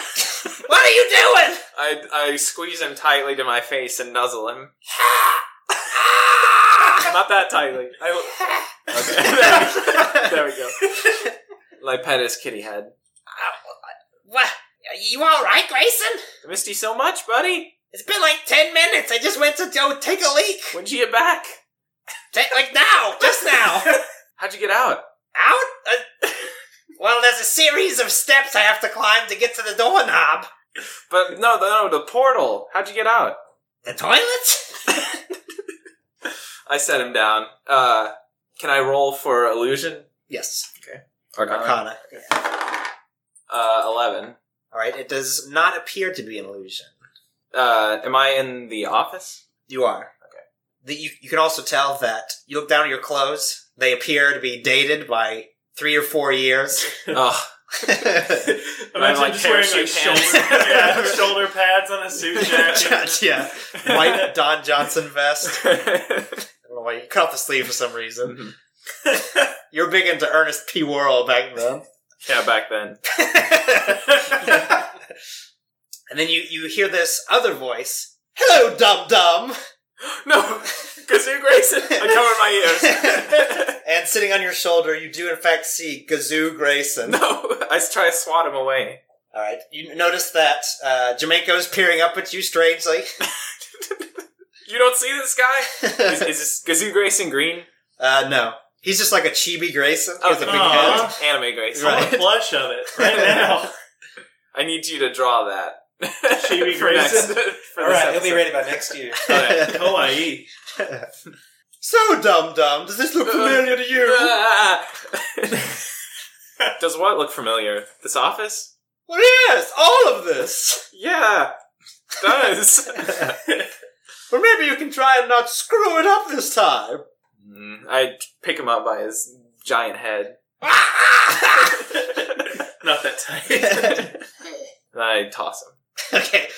Speaker 1: what are you doing?
Speaker 8: I, I squeeze him tightly to my face and nuzzle him. Not that tightly. I, okay. there we go. I pet his kitty head.
Speaker 1: What? You alright, Grayson?
Speaker 8: I missed you so much, buddy.
Speaker 1: It's been like 10 minutes. I just went to go take a leak.
Speaker 8: When'd you get back?
Speaker 1: Ta- like now, just now.
Speaker 8: How'd you get out?
Speaker 1: Out? Uh, well, there's a series of steps I have to climb to get to the doorknob.
Speaker 8: But no, the, no, the portal. How'd you get out?
Speaker 1: The toilet?
Speaker 8: I set him down. Uh, can I roll for illusion?
Speaker 7: Yes.
Speaker 8: Arcana.
Speaker 7: Arcana.
Speaker 8: Uh, eleven.
Speaker 7: All right, it does not appear to be an illusion.
Speaker 8: Uh, am I in the office?
Speaker 7: You are. Okay. The, you, you can also tell that you look down at your clothes, they appear to be dated by three or four years.
Speaker 8: Ugh.
Speaker 3: Imagine
Speaker 8: like,
Speaker 3: just wearing like
Speaker 8: parachute
Speaker 3: shoulder,
Speaker 8: pants.
Speaker 3: yeah, shoulder pads on a suit jacket.
Speaker 7: yeah. White Don Johnson vest. I don't know why you cut off the sleeve for some reason. You're big into Ernest P. Worrell back then.
Speaker 8: yeah, back then.
Speaker 7: and then you, you hear this other voice. Hello, Dum Dum!
Speaker 8: No, Kazoo Grayson. I covered my ears.
Speaker 7: And sitting on your shoulder, you do in fact see Gazoo Grayson.
Speaker 8: no, I s- try to swat him away.
Speaker 7: All right. You notice that uh, Jamaico's peering up at you strangely.
Speaker 8: You don't see this guy? Is, is this Kazoo Grayson green?
Speaker 7: uh, no. He's just like a chibi Grayson with a big
Speaker 3: Aw.
Speaker 7: head.
Speaker 8: Anime Grayson.
Speaker 3: I want a plush of it right now.
Speaker 8: I need you to draw that.
Speaker 3: Chibi
Speaker 8: For next-
Speaker 3: Grayson.
Speaker 8: for
Speaker 5: All
Speaker 8: this
Speaker 5: right, he'll be
Speaker 8: episode.
Speaker 5: ready by next year.
Speaker 8: Okay.
Speaker 3: Hawaii.
Speaker 7: So, Dum Dum, does this
Speaker 8: Uh,
Speaker 7: look familiar to you?
Speaker 8: Does what look familiar? This office?
Speaker 7: Well, yes, all of this.
Speaker 8: Yeah, does.
Speaker 7: But maybe you can try and not screw it up this time.
Speaker 8: Mm, I pick him up by his giant head.
Speaker 3: Not that tight.
Speaker 8: and I toss him.
Speaker 7: Okay.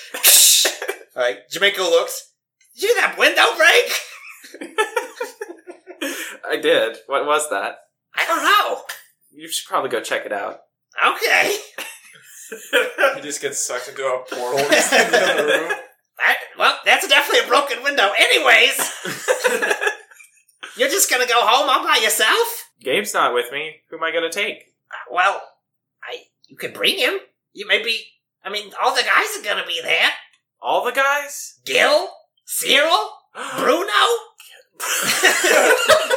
Speaker 7: all right. Jamaico looks. Did you hear that window break?
Speaker 8: I did. What was that?
Speaker 1: I don't know.
Speaker 8: You should probably go check it out.
Speaker 1: Okay.
Speaker 6: He just gets sucked into a portal. Just in the other room.
Speaker 1: That, well, that's definitely a broken window. Anyways, you're just gonna go home all by yourself?
Speaker 8: Gabe's not with me. Who am I going to take?
Speaker 1: Uh, well, I you could bring him. You maybe. I mean, all the guys are gonna be there.
Speaker 8: All the guys?
Speaker 1: Gil, Cyril, Bruno.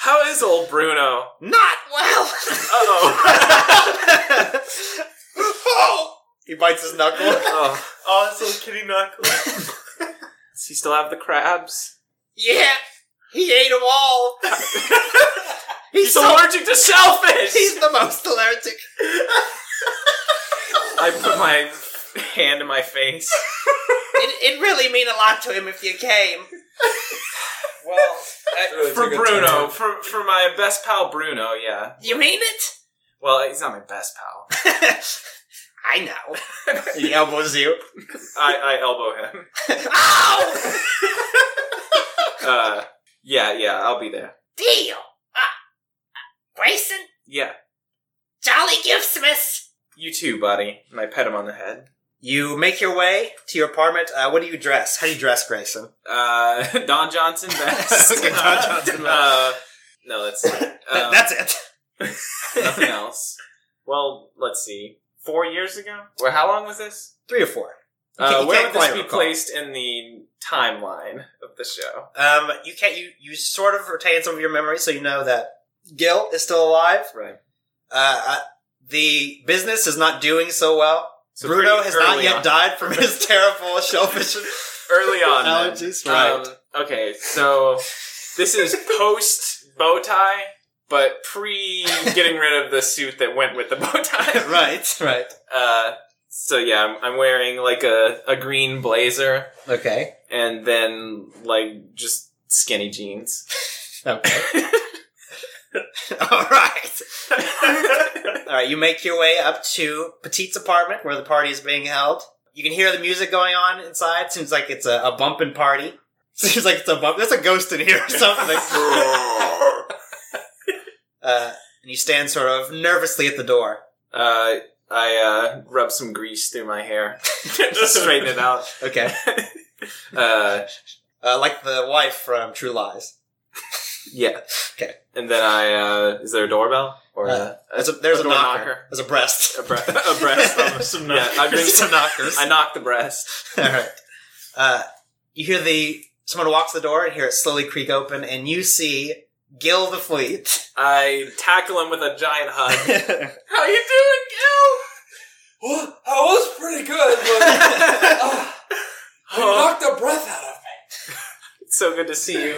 Speaker 8: How is old Bruno?
Speaker 1: Not well.
Speaker 8: Uh oh.
Speaker 7: He bites his knuckle.
Speaker 8: oh.
Speaker 3: oh, this little kitty knuckle.
Speaker 8: Does he still have the crabs?
Speaker 1: yeah, he ate them all.
Speaker 8: He's allergic to shellfish!
Speaker 7: He's the most allergic.
Speaker 8: I put my hand in my face.
Speaker 1: It, it really mean a lot to him if you came.
Speaker 6: Well, that really
Speaker 8: uh, for
Speaker 6: took a turn.
Speaker 8: Bruno, for for my best pal Bruno, yeah.
Speaker 1: You mean it?
Speaker 8: Well, he's not my best pal.
Speaker 1: I know.
Speaker 7: He elbows you.
Speaker 8: I, I elbow him.
Speaker 1: Oh,
Speaker 8: Uh, yeah, yeah, I'll be there.
Speaker 1: deal. Uh, uh, Grayson,
Speaker 8: Yeah,
Speaker 1: Jolly Giftsmith.
Speaker 8: you too, buddy. And I pet him on the head.
Speaker 7: You make your way to your apartment. Uh, what do you dress? How do you dress, Grayson?
Speaker 8: Uh, Don Johnson best.
Speaker 7: Okay, Don Johnson vest.
Speaker 8: Uh, no, that's not.
Speaker 7: Th-
Speaker 8: Um,
Speaker 7: that's it.
Speaker 8: nothing else. Well, let's see. four years ago. Well, how long was this?
Speaker 7: Three or four. You can't-
Speaker 8: Uh,
Speaker 7: you
Speaker 8: where
Speaker 7: can't
Speaker 8: would this
Speaker 7: quite
Speaker 8: be
Speaker 7: recall.
Speaker 8: placed in the timeline of the show?
Speaker 7: Um, you can't. You you sort of retain some of your memory, so you know that Gil is still alive.
Speaker 8: Right.
Speaker 7: Uh, I, the business is not doing so well.
Speaker 8: So
Speaker 7: Bruno
Speaker 8: pretty
Speaker 7: has not
Speaker 8: early
Speaker 7: yet
Speaker 8: on.
Speaker 7: died from his terrible shellfish
Speaker 8: Early on. then.
Speaker 7: allergies. Right.
Speaker 8: Um, okay, so this is post bow tie, but pre getting rid of the suit that went with the bow tie.
Speaker 7: right. Right.
Speaker 8: Uh, so yeah, I'm, I'm wearing like a, a green blazer
Speaker 7: Okay.
Speaker 8: and then like just skinny jeans.
Speaker 7: Okay. All right. All right. You make your way up to Petite's apartment where the party is being held. You can hear the music going on inside. Seems like it's a, a bumping party. Seems like it's a bump. There's a ghost in here or something. uh, and you stand sort of nervously at the door.
Speaker 8: uh, I uh, rub some grease through my hair, just straighten it out.
Speaker 7: Okay.
Speaker 8: Uh,
Speaker 7: Uh, like the wife from True Lies.
Speaker 8: yeah.
Speaker 7: Okay.
Speaker 8: And then I uh, is there a doorbell or
Speaker 7: Uh,
Speaker 8: a,
Speaker 7: There's a, there's a,
Speaker 8: door
Speaker 7: knocker.
Speaker 8: knocker.
Speaker 7: There's a breast.
Speaker 8: a, bre- a breast?
Speaker 3: Um, some
Speaker 8: yeah, I bring
Speaker 7: Some knockers.
Speaker 8: I knock the breast.
Speaker 7: All right. Uh, you hear the someone walks the door and hear it slowly creak open, and you see Gil the Fleet.
Speaker 8: I tackle him with a giant hug.
Speaker 6: How you doing, Gil? Well, I was pretty good, but uh, you knocked the breath out of me.
Speaker 8: It's so good to see you.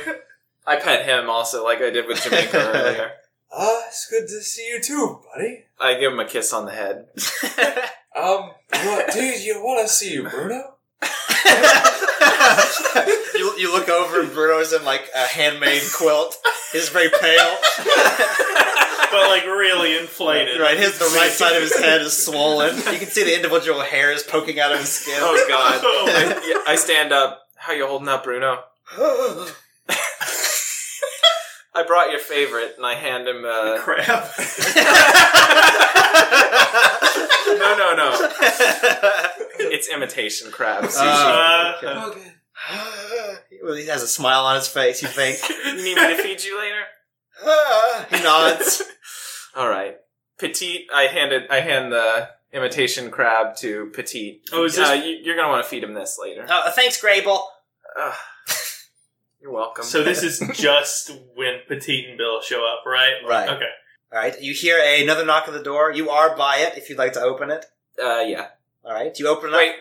Speaker 8: I pet him also, like I did with Jamaica earlier.
Speaker 6: Uh, it's good to see you too, buddy.
Speaker 8: I give him a kiss on the head.
Speaker 6: Um, what, dude, you want to see Bruno?
Speaker 7: you, you look over, and Bruno's in like a handmade quilt. He's very pale.
Speaker 3: but like really inflated.
Speaker 7: Right, his the right side of his head is swollen. You can see the individual hairs poking out of his skin.
Speaker 8: Oh God!
Speaker 3: Oh, my-
Speaker 8: I, yeah, I stand up. How you holding up, Bruno? I brought your favorite, and I hand him. Uh,
Speaker 3: crap.
Speaker 8: no, no, no! It's imitation crab sushi.
Speaker 3: Uh,
Speaker 7: Well, he has a smile on his face. You think?
Speaker 8: you need me to feed you later?
Speaker 7: Ah, he nods.
Speaker 8: All right, petite. I handed. I hand the imitation crab to petite.
Speaker 3: Oh, is this-
Speaker 8: Uh, you, you're gonna want to feed him this later.
Speaker 7: Uh, thanks, Grable.
Speaker 8: Ugh. You're welcome.
Speaker 3: so this is just when Petite and Bill show up, right?
Speaker 7: Right.
Speaker 3: Okay.
Speaker 7: All right. You hear another knock at the door. You are by it if you'd like to open it.
Speaker 8: Uh, yeah.
Speaker 7: All right. You open it
Speaker 8: Wait,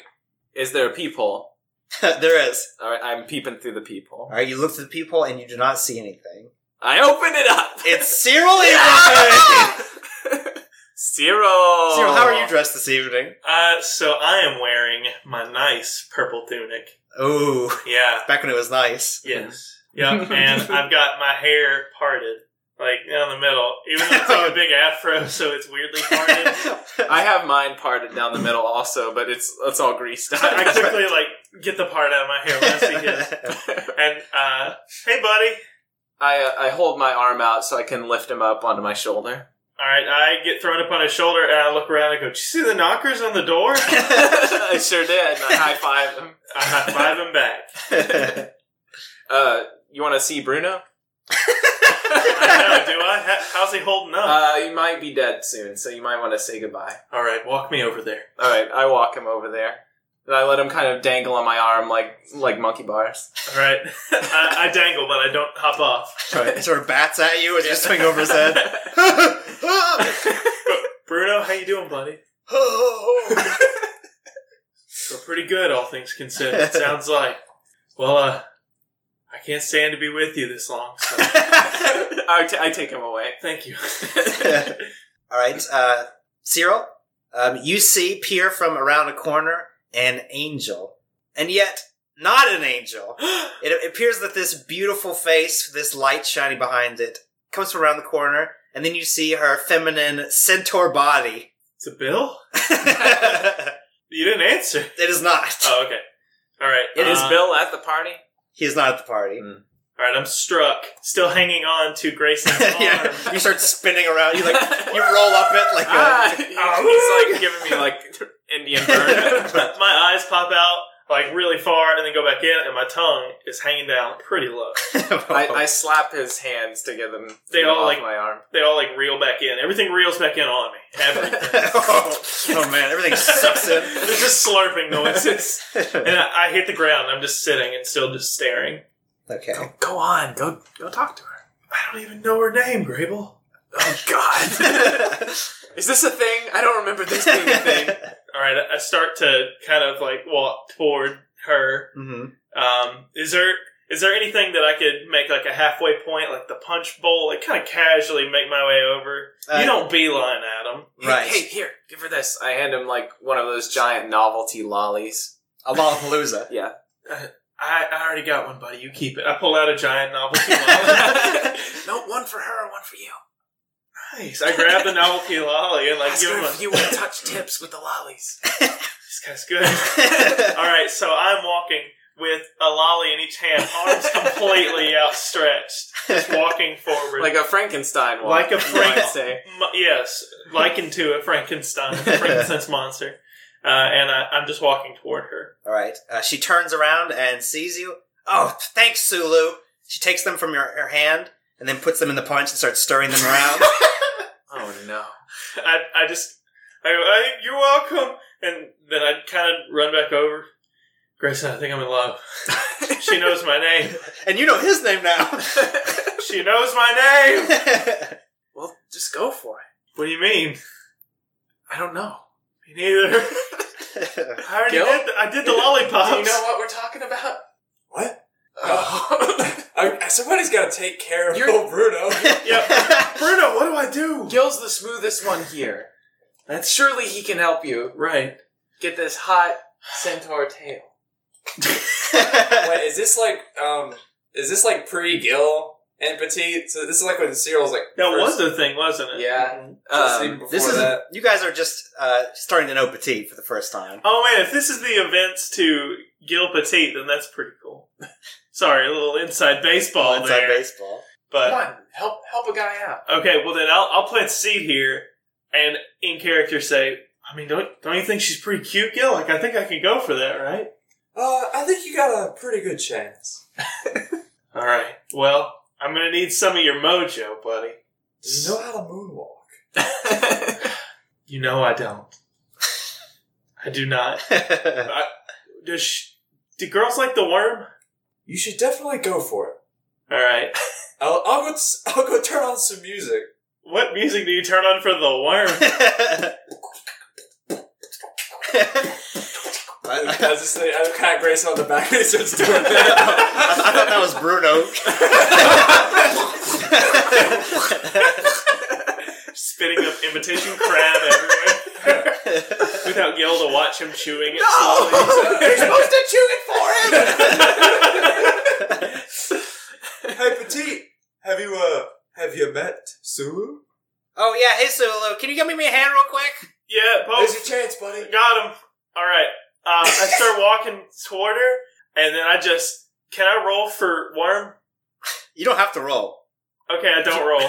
Speaker 8: is there a peephole?
Speaker 7: up. there is.
Speaker 8: All right, I'm peeping through the
Speaker 7: All
Speaker 8: peephole.
Speaker 7: right. You look through the people and you do not see anything.
Speaker 8: I open it up.
Speaker 7: It's Cyril Ibrahim.
Speaker 8: Cyril.
Speaker 7: Cyril, how are you dressed this evening?
Speaker 3: Uh, so I am wearing my nice purple tunic.
Speaker 7: Ooh,
Speaker 3: Yeah.
Speaker 7: back when it was nice.
Speaker 3: Yes. Yep. And I've got my hair parted, like down the middle. Even though it's like a big afro, so it's weirdly parted.
Speaker 8: I have mine parted down the middle also, but it's it's all greased up.
Speaker 3: I quickly like get the part out of my hair when I see his. And uh, hey, buddy.
Speaker 8: I uh, I hold my arm out so I can lift him up onto my shoulder.
Speaker 3: All right, I get thrown up on his shoulder, and I look around and go, "Did you see the knockers on the door?" I
Speaker 8: I sure did. And I high five him.
Speaker 3: high five him back.
Speaker 8: Uh, you want to see Bruno?
Speaker 3: I know, do I? How- How's he holding up?
Speaker 8: Uh, you might be dead soon, so you might want to say goodbye.
Speaker 3: All right, walk me over there.
Speaker 8: All right, I walk him over there. And I let him kind of dangle on my arm like like monkey bars.
Speaker 3: All right, I, I dangle, but I don't hop off.
Speaker 7: Right, sort of bats at you as you swing over his head.
Speaker 3: Bruno, how you doing, buddy? We're pretty good, all things considered. It sounds like. Well, uh, I can't stand to be with you this long. So
Speaker 8: I, t- I take him away.
Speaker 3: thank you.
Speaker 7: All right, uh, Cyril, um, you see peer from around a corner an angel, and yet not an angel. It appears that this beautiful face, this light shining behind it, comes from around the corner, and then you see her feminine centaur body.
Speaker 3: It's a bill.
Speaker 7: it
Speaker 3: You didn't answer.
Speaker 7: is not.
Speaker 8: Uh,
Speaker 3: Oh, okay. All right.
Speaker 8: Is
Speaker 3: uh,
Speaker 8: Bill at the party?
Speaker 7: He is not at the party.
Speaker 8: mm.
Speaker 3: All right, I'm struck, still hanging on to Grayson's arm.
Speaker 7: yeah, you start spinning around. You like you roll up it like a.
Speaker 8: Ah, he's
Speaker 3: Oh,
Speaker 8: like giving me like Indian burn.
Speaker 3: my eyes pop out like really far and then go back in, and my tongue is hanging down pretty low.
Speaker 8: I, I slap his hands to get them.
Speaker 3: They all,
Speaker 8: off
Speaker 3: like-
Speaker 8: my arm.
Speaker 3: They all like reel back in. Everything reels back in on me. Everything.
Speaker 7: Oh. Oh man, everything sucks in.
Speaker 3: There's just slurping noises. and I, I hit the ground. I'm just sitting and still just staring.
Speaker 7: Okay.
Speaker 8: Go on, go go talk to her.
Speaker 3: I don't even know her name, Grable.
Speaker 8: Oh God, is this a thing? I don't remember this being a thing.
Speaker 3: All right, I start to kind of like walk toward her.
Speaker 7: Mm-hmm.
Speaker 3: Um, is there is there anything that I could make like a halfway point, like the punch bowl, like kind of casually make my way over?
Speaker 7: Uh,
Speaker 3: you don't beeline at him.
Speaker 8: Hey,
Speaker 7: Right.
Speaker 8: Hey, here, give her this. I hand him like one of those giant novelty lollies.
Speaker 7: A Lollapalooza.
Speaker 8: Yeah.
Speaker 3: I, I already got one, buddy. You keep it. I pull out a giant novelty lolly.
Speaker 8: no, one for her, one for you.
Speaker 3: nice. I grab the novelty lolly and like
Speaker 8: Ask
Speaker 3: give
Speaker 8: her
Speaker 3: him. A,
Speaker 8: if you want to touch tips with the lollies.
Speaker 3: this guy's good. All right, so I'm walking with a lolly in each hand, arms completely outstretched, just walking forward.
Speaker 8: Like a Frankenstein one.
Speaker 3: Like a Frank-
Speaker 8: I'd say.
Speaker 3: M- yes, likened to a Frankenstein, a Frankenstein's monster. Uh, and I, I'm just walking toward her.
Speaker 7: All right. Uh, she turns around and sees you. Oh, thanks, Sulu. She takes them from your her hand and then puts them in the punch and starts stirring them around.
Speaker 8: Oh no.
Speaker 3: I, I just, I, go, "Hey, you're welcome. And then I kind of run back over. Grayson, I think I'm in love. she knows my name.
Speaker 7: and you know his name now.
Speaker 3: She knows my name.
Speaker 8: Well, just go for it.
Speaker 3: What do you mean?
Speaker 8: I don't know.
Speaker 3: Me neither. I already
Speaker 8: Gil?
Speaker 3: did. The, I did the lollipops.
Speaker 8: Do you know what we're talking about?
Speaker 6: What?
Speaker 8: Oh.
Speaker 6: I, somebody's got to take care of
Speaker 8: You're-
Speaker 6: old Bruno.
Speaker 3: yeah, Bruno. What do I do?
Speaker 8: Gil's the smoothest one here. That's surely he can help you
Speaker 3: Right.
Speaker 8: get this hot centaur tail.
Speaker 6: Wait, is this like um? Is this like pre Gil and Petite? So this is like when Cyril's like
Speaker 3: That was
Speaker 6: first-
Speaker 3: the thing, wasn't it?
Speaker 8: Yeah.
Speaker 6: just even
Speaker 8: Um,
Speaker 6: before
Speaker 7: this is
Speaker 6: that.
Speaker 7: you guys are just uh, starting to know Petit for the first time.
Speaker 3: Oh man, if this is the events to Gil Petit, then that's pretty cool. Sorry, a little inside baseball
Speaker 7: Inside
Speaker 3: there,
Speaker 7: baseball.
Speaker 8: come
Speaker 3: but
Speaker 8: on, help help a guy out.
Speaker 3: okay. Well, then I'll I'll plant seed here, and in character say, I mean, don't don't you think she's pretty cute, Gil? Like, I think I can go for that, right?
Speaker 6: Uh, I think you got a pretty good chance.
Speaker 3: All right. Well, I'm gonna need some of your mojo, buddy.
Speaker 6: Do you know how to moonwalk?
Speaker 3: You know I don't. I do not. I, does she, do girls like the worm?
Speaker 6: You should definitely go for it.
Speaker 3: All right.
Speaker 6: I'll, I'll go. s- I'll go turn on some music.
Speaker 3: What music do you turn on for the worm?
Speaker 6: I, I just like, I pat Grayson on the back and he starts doing that.
Speaker 7: I, I thought that was Bruno.
Speaker 3: spitting up imitation crab everywhere. Without Gil to watch him chewing it
Speaker 7: Oh,
Speaker 6: You're supposed to chew it for him. hey, petite, have you uh, have you met Sulu?
Speaker 7: oh yeah, hey Sulu, can you give me a hand real quick?
Speaker 3: yeah,
Speaker 6: There's
Speaker 3: both
Speaker 6: your chance, buddy.
Speaker 3: got him. All right. Um, I start walking toward her, and then I just can I roll for worm?
Speaker 7: You don't have to roll.
Speaker 3: Okay, I don't roll.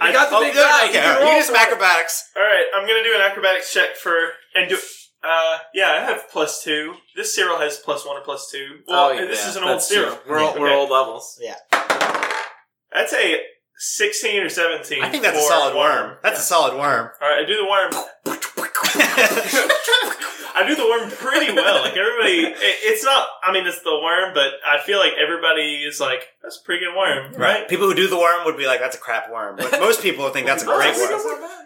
Speaker 3: I
Speaker 7: got the big guy.
Speaker 3: You can
Speaker 7: You
Speaker 3: roll
Speaker 7: can just acrobatics.
Speaker 3: All right, I'm gonna do an acrobatics check for and do. Uh, yeah, I have plus two. This Cyril has plus one or plus two. Well,
Speaker 8: yeah,
Speaker 3: this is an old
Speaker 8: that's true.
Speaker 3: Cyril.
Speaker 8: We're all, we're
Speaker 3: Okay.
Speaker 8: all levels.
Speaker 3: That's a sixteen or seventeen.
Speaker 7: I think that's a
Speaker 3: for
Speaker 7: solid worm. That's a solid worm.
Speaker 3: All right, I do the worm. I do the worm pretty well. Like everybody, it, it's not. I mean, it's the worm, but I feel like everybody is like, "That's a pretty good worm, right?"
Speaker 7: People who do the worm would be like, "That's a crap worm," but most people think that's a great worm.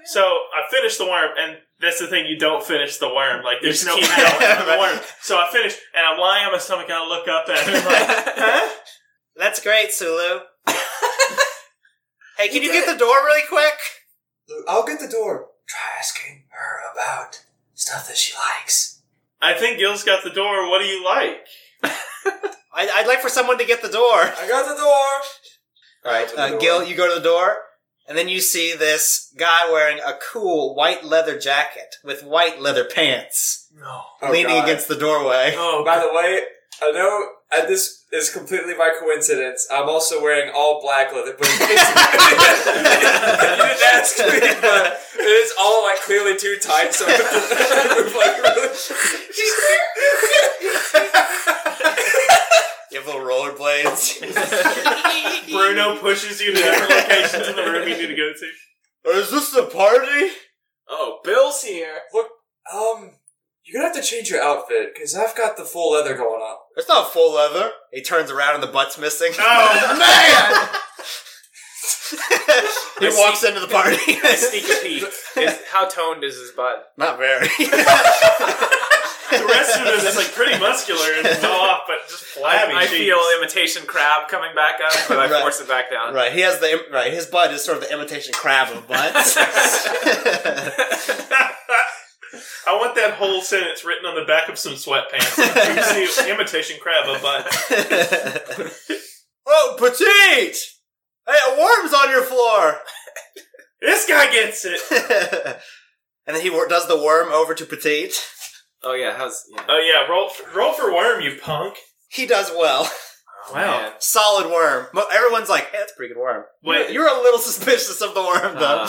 Speaker 3: So I finish the worm, and that's the thing—you don't finish the worm. Like there's
Speaker 7: You
Speaker 3: no
Speaker 7: just
Speaker 3: keep
Speaker 7: keep
Speaker 3: going on the
Speaker 7: going.
Speaker 3: worm. So I finish, and I'm lying on my stomach, and I look up at her like,
Speaker 7: That's great, Sulu. hey, can you, get the door really quick?
Speaker 6: I'll get the door. Try asking her about stuff that she likes.
Speaker 3: "I think Gil's got the door. What do you like?"
Speaker 7: I, I'd like for someone to get the door.
Speaker 6: I got the door.
Speaker 7: All right, uh, Gil, you go to the door, and then you see this guy wearing a cool white leather jacket with white leather pants,
Speaker 3: No.
Speaker 6: Oh,
Speaker 7: leaning
Speaker 6: God.
Speaker 7: against the doorway.
Speaker 6: Oh, by the way, I know uh, this is completely by coincidence. I'm also wearing all black leather, but it's, you didn't ask me, but it is all like clearly too tight. So I have to move, like,
Speaker 7: You have little rollerblades.
Speaker 3: Bruno pushes you to different locations in the room you need to go to.
Speaker 7: Is this the party?
Speaker 8: Oh, Bill's here.
Speaker 6: look. Um, you're gonna have to change your outfit because I've got the full leather going on.
Speaker 7: It's not full leather. He turns around and the butt's missing.
Speaker 3: Oh,
Speaker 7: man! he walks into the party.
Speaker 8: Sneak a peek. Is, how toned is his butt?
Speaker 7: not very.
Speaker 3: The rest of it is like pretty muscular and off, but just flabby.
Speaker 8: I, I
Speaker 3: cheeks.
Speaker 8: feel imitation crab coming back up, but I
Speaker 7: Right.
Speaker 8: force it back down.
Speaker 7: Right, he has the right. His butt is sort of the imitation crab of butts.
Speaker 3: I want that whole sentence written on the back of some sweatpants. you see imitation crab a butt.
Speaker 7: oh, petite! Hey, a worm's on your floor.
Speaker 3: This guy gets it.
Speaker 7: and then he wor- does the worm over to petite.
Speaker 8: Oh yeah, how's yeah.
Speaker 3: Oh yeah, roll roll for worm, you punk.
Speaker 7: He does well.
Speaker 3: wow.
Speaker 8: man.
Speaker 7: Solid worm. Mo- Everyone's like, hey, that's a pretty good worm.
Speaker 3: Wait.
Speaker 7: you're a little suspicious of the worm, though.
Speaker 8: Uh,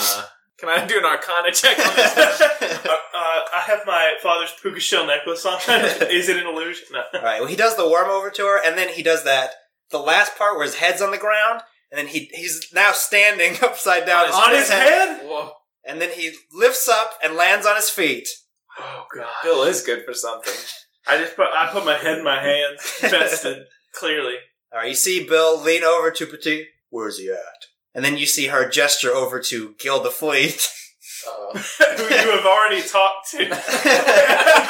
Speaker 8: can I do an arcana check on this?
Speaker 3: Uh, uh, I have my father's puka shell necklace on. is it an illusion? No.
Speaker 7: All right. Well, he does the worm over to her, and then he does that the last part where his head's on the ground, and then he he's now standing upside down
Speaker 8: On
Speaker 3: On his head?
Speaker 8: Whoa.
Speaker 7: and then he lifts up and lands on his feet.
Speaker 3: Oh god.
Speaker 8: Bill is good for something.
Speaker 3: I just put I put my head in my hands, vested clearly.
Speaker 7: All right. You see Bill lean over to Petit. Where's he at? And then you see her gesture over to Gil the Fleet.
Speaker 3: Who you have already talked to?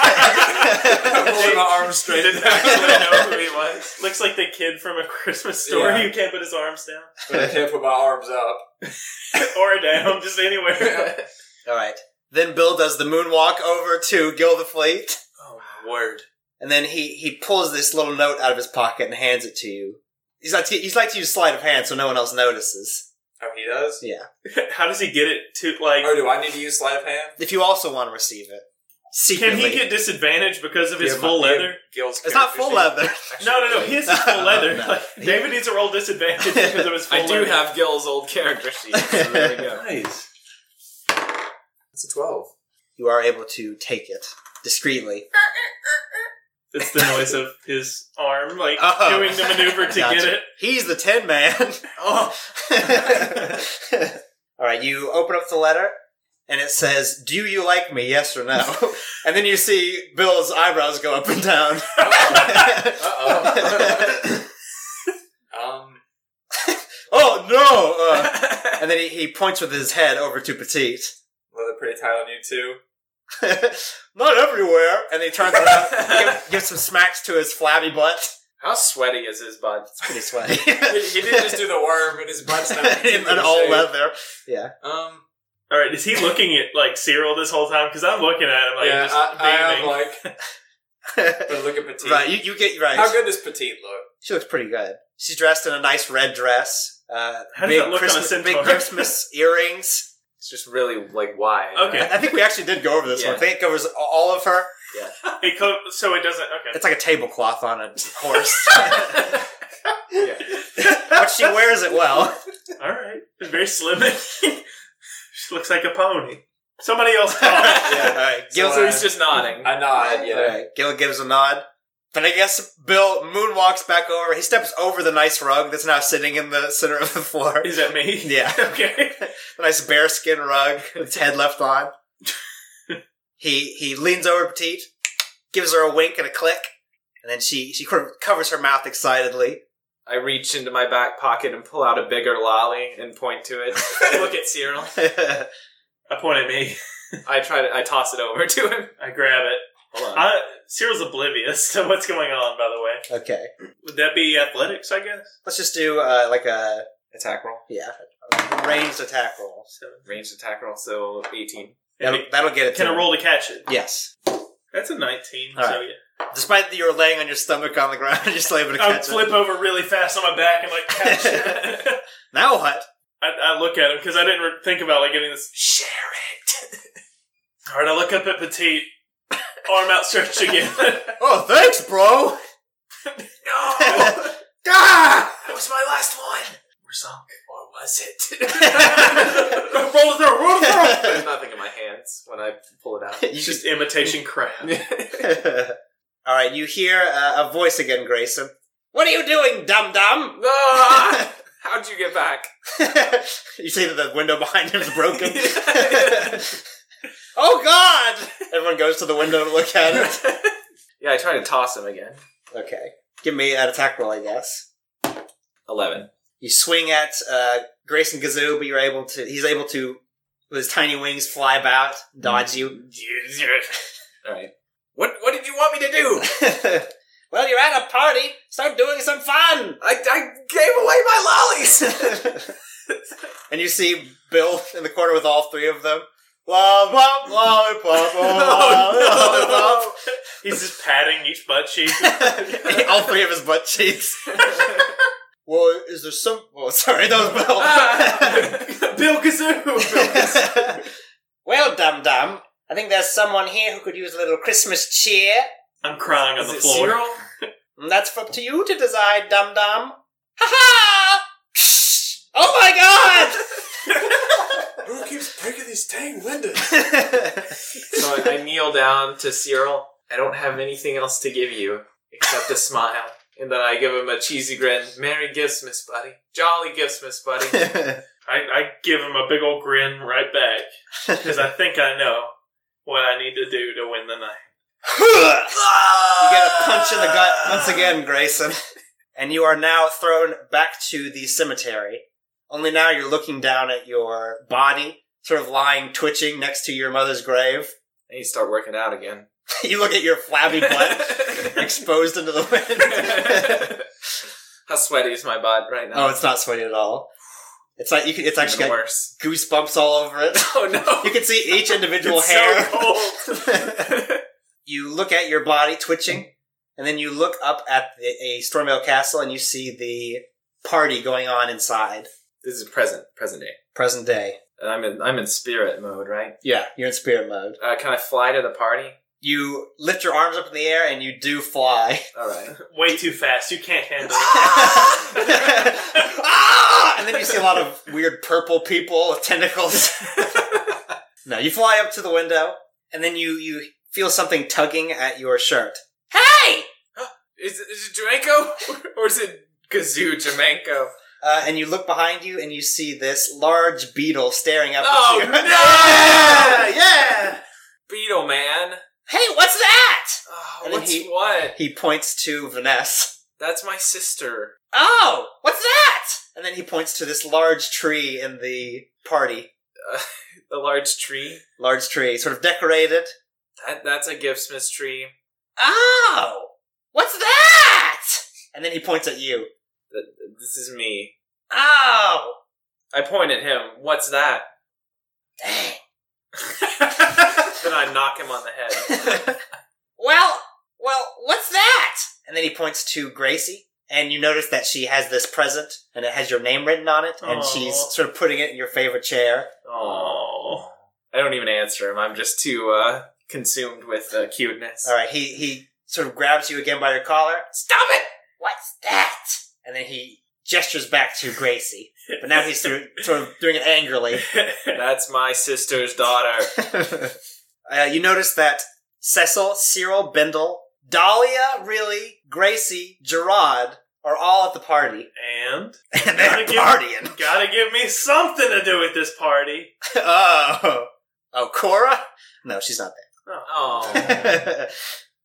Speaker 6: I'm holding my arms straight.
Speaker 3: Didn't actually know who he was. Looks like the kid from a Christmas story
Speaker 6: Yeah.
Speaker 3: who can't put his arms down
Speaker 6: but I can't put my arms up.
Speaker 3: or down, just anywhere.
Speaker 7: All right. Then Bill does the moonwalk over to Gil the Fleet.
Speaker 8: Oh my word.
Speaker 7: And then he, he pulls this little note out of his pocket and hands it to you. He's like to, he's like to use sleight of hand so no one else notices.
Speaker 6: Oh, he does.
Speaker 7: Yeah.
Speaker 3: How does he get it to like?
Speaker 6: Or Oh, do I need to use sleight of hand?
Speaker 7: If you also want to receive it
Speaker 3: Can
Speaker 7: secretly,
Speaker 3: he get disadvantage because of his
Speaker 6: Yeah,
Speaker 3: full
Speaker 6: my-
Speaker 3: leather?
Speaker 6: Gil's
Speaker 7: it's not full
Speaker 6: character's-
Speaker 7: leather.
Speaker 3: No, no, no. His is full leather.
Speaker 7: No.
Speaker 3: Like, David needs a roll disadvantage because of his full
Speaker 8: I do
Speaker 3: leather.
Speaker 8: have Gil's old character sheet. So there we go.
Speaker 6: Nice. It's a twelve.
Speaker 7: you are able to take it discreetly.
Speaker 3: It's the noise of his arm, like
Speaker 7: Oh.
Speaker 8: Uh-huh.
Speaker 3: doing the maneuver to
Speaker 7: Gotcha.
Speaker 3: get it.
Speaker 7: He's the Tin Man. oh. All right. You open up the letter. And it says, "Do you like me? Yes or no?" and then you see Bill's eyebrows go up and down.
Speaker 6: Um.
Speaker 7: Oh no! Uh, and then he, he points with his head over to Petite.
Speaker 6: Well, they're pretty tight on you too.
Speaker 7: Not everywhere. And he turns around, he give- gives some smacks to his flabby butt.
Speaker 8: How sweaty is his butt?
Speaker 7: It's pretty sweaty.
Speaker 6: He, he didn't just do the worm, and his butt's not
Speaker 7: In an all leather. Yeah.
Speaker 6: Um.
Speaker 3: All right, is he looking at like Cyril this whole time? Because I'm looking at him like
Speaker 6: yeah,
Speaker 3: just
Speaker 6: I, I am
Speaker 3: beaming.
Speaker 6: like, but look at petite.
Speaker 7: right. You, you get right.
Speaker 6: How good does petite look?
Speaker 7: She looks pretty good. She's dressed in a nice red dress. Uh,
Speaker 3: How does
Speaker 7: big
Speaker 3: that look on a
Speaker 7: Christmas, big
Speaker 3: centaur?
Speaker 7: Christmas earrings.
Speaker 8: It's just really like why.
Speaker 3: Okay.
Speaker 7: I think we actually did go over this one. I
Speaker 8: Yeah.
Speaker 7: think it covers all of her.
Speaker 3: He co- so it doesn't. Okay.
Speaker 7: It's like a tablecloth on a horse.
Speaker 8: Yeah.
Speaker 7: but she wears it well.
Speaker 3: All right. It's very slim. she looks like a pony. Somebody else talk.
Speaker 7: Yeah, all right. Gil,
Speaker 8: so he's just nodding.
Speaker 6: I nod. Yeah.
Speaker 7: all right. Gil gives a nod. Then I guess Bill moonwalks back over. He steps over the nice rug that's now sitting in the center of the floor.
Speaker 3: Is that me?
Speaker 7: Yeah.
Speaker 3: Okay.
Speaker 7: The nice bearskin rug with its head left on. he he leans over Petite, gives her a wink and a click, and then she she kind of covers her mouth excitedly.
Speaker 8: I reach into my back pocket and pull out a bigger lolly and point to it. Look at Cyril.
Speaker 3: I point at me.
Speaker 8: I try to. I toss it over to him.
Speaker 3: I grab it.
Speaker 8: Hold on.
Speaker 3: I, Cyril's oblivious to what's going on. By the way,
Speaker 7: okay,
Speaker 3: would that be athletics? I guess.
Speaker 7: let's just do uh, like a
Speaker 8: attack roll.
Speaker 7: yeah ranged attack roll.
Speaker 3: Seven.
Speaker 8: Ranged attack roll. So eighteen.
Speaker 7: That'll, that'll get it.
Speaker 3: Can
Speaker 7: to
Speaker 3: I
Speaker 7: her.
Speaker 3: roll to catch it?
Speaker 7: Yes.
Speaker 3: That's a 19.
Speaker 7: All
Speaker 3: So
Speaker 7: right.
Speaker 3: yeah.
Speaker 7: Despite that you're laying on your stomach on the ground, you're still able to
Speaker 3: I
Speaker 7: catch it.
Speaker 3: flip over really fast on my back and like catch it.
Speaker 7: Now what?
Speaker 3: I, I look at him because I didn't re- think about like getting this. Share it. All right, I look up at Petite, arm outstretched again.
Speaker 7: Oh, thanks, bro.
Speaker 8: That was my last one. We're sunk, or was it?
Speaker 3: roll it through, roll it through.
Speaker 8: There's nothing in my hands when I pull it out.
Speaker 7: You
Speaker 3: It's just imitation crap.
Speaker 7: All right, you hear uh, a voice again, Grayson. What are you doing, dum dum?
Speaker 8: Ah! how'd you get back?
Speaker 7: you see that the window behind him is broken. oh God! Everyone someone goes to the window to look at it.
Speaker 8: Yeah, I tried to toss him again.
Speaker 7: Okay. Give me an attack roll, I guess.
Speaker 8: Eleven.
Speaker 7: You swing at uh, Grayson Gazoo, but you're able to. He's able to, with his tiny wings, fly about, dodge you.
Speaker 8: All right. What What did you want me to do?
Speaker 7: well, you're at a party. Start doing some fun.
Speaker 8: I, I gave away my lollies.
Speaker 7: and you see Bill in the corner with all three of them. Lollipop, lollipop,
Speaker 3: Oh,
Speaker 7: lollipop.
Speaker 3: He's just patting each butt cheek.
Speaker 7: all three of his butt cheeks. well, is there some? Oh, sorry, that
Speaker 3: Bill Kazoo.
Speaker 7: was Bill. well, dum dum. I think there's someone here who could use a little Christmas cheer.
Speaker 3: I'm crying on the floor.
Speaker 7: And that's up to you to decide, dum dum. Ha ha! Oh my god!
Speaker 6: Who keeps breaking these dang windows?
Speaker 8: so I, I kneel down to Cyril. I don't have anything else to give you except a smile. And then I give him a cheesy grin. Merry gifts, Miss Buddy. Jolly gifts, Miss Buddy.
Speaker 3: I, I give him a big old grin right back because I think I know what I need to do to win the night.
Speaker 7: You get a punch in the gut once again, Grayson. And you are now thrown back to the cemetery. Only now you're looking down at your body, sort of lying twitching next to your mother's grave.
Speaker 8: I need to start working out again.
Speaker 7: you look at your flabby butt exposed into the wind.
Speaker 8: How sweaty is my butt right now?
Speaker 7: oh, it's not sweaty at all. It's like you can, it's actually
Speaker 8: Even
Speaker 7: got
Speaker 8: worse.
Speaker 7: goosebumps all over it.
Speaker 8: Oh no!
Speaker 7: You can see each individual
Speaker 3: It's
Speaker 7: hair.
Speaker 3: so cold.
Speaker 7: you look at your body twitching, and then you look up at the, a Stormvale castle and you see the party going on inside,
Speaker 8: This is present, present day.
Speaker 7: present day.
Speaker 8: I'm in, I'm in spirit mode, right?
Speaker 7: Yeah, you're in spirit mode.
Speaker 8: Uh, can I fly to the party?
Speaker 7: You lift your arms up in the air and you do fly.
Speaker 8: All right.
Speaker 3: Way too fast. You can't handle it.
Speaker 7: Ah! and then you see a lot of weird purple people with tentacles. no, you fly up to the window, and then you you feel something tugging at your shirt. Hey!
Speaker 8: Is, is it Jamaico or is it Kazoo Jamaico?
Speaker 7: Uh, and you look behind you and you see this large beetle staring up
Speaker 8: Oh,
Speaker 7: at you. yeah,
Speaker 8: no!
Speaker 7: yeah.
Speaker 8: Beetle man.
Speaker 7: Hey, what's that?
Speaker 8: Oh,
Speaker 7: And then
Speaker 8: what's
Speaker 7: he-
Speaker 8: what?
Speaker 7: He points to Vanessa.
Speaker 8: That's my sister.
Speaker 7: Oh, what's that? And then he points to this large tree in the party.
Speaker 8: The large tree.
Speaker 7: Large tree, sort of decorated.
Speaker 8: That, that's a giftsmith tree.
Speaker 7: Oh, what's that? And then he points at you.
Speaker 8: Th- This is me.
Speaker 7: Oh,
Speaker 8: I point at him. What's that?
Speaker 7: dang.
Speaker 8: Then I knock him on the head.
Speaker 7: well, well, what's that? And then he points to Gracie, and you notice that she has this present, and it has your name written on it, and
Speaker 3: Aw.
Speaker 7: she's sort of putting it in your favorite chair.
Speaker 8: Oh. I don't even answer him. I'm just too uh, consumed with uh, cuteness.
Speaker 7: All right, he he sort of grabs you again by your collar. Stop it! What's that? And then he gestures back to Gracie, but now he's sort of, sort of doing it angrily.
Speaker 8: That's my sister's daughter.
Speaker 7: uh, you notice that Cecil, Cyril, Bindle, Dahlia, really, Gracie, Gerard are all at the party,
Speaker 3: And
Speaker 7: and
Speaker 3: Gotta
Speaker 7: they're
Speaker 3: give-
Speaker 7: partying.
Speaker 3: gotta give me something to do with this party.
Speaker 7: oh, oh, Cora? No, she's not
Speaker 8: Oh.
Speaker 7: there.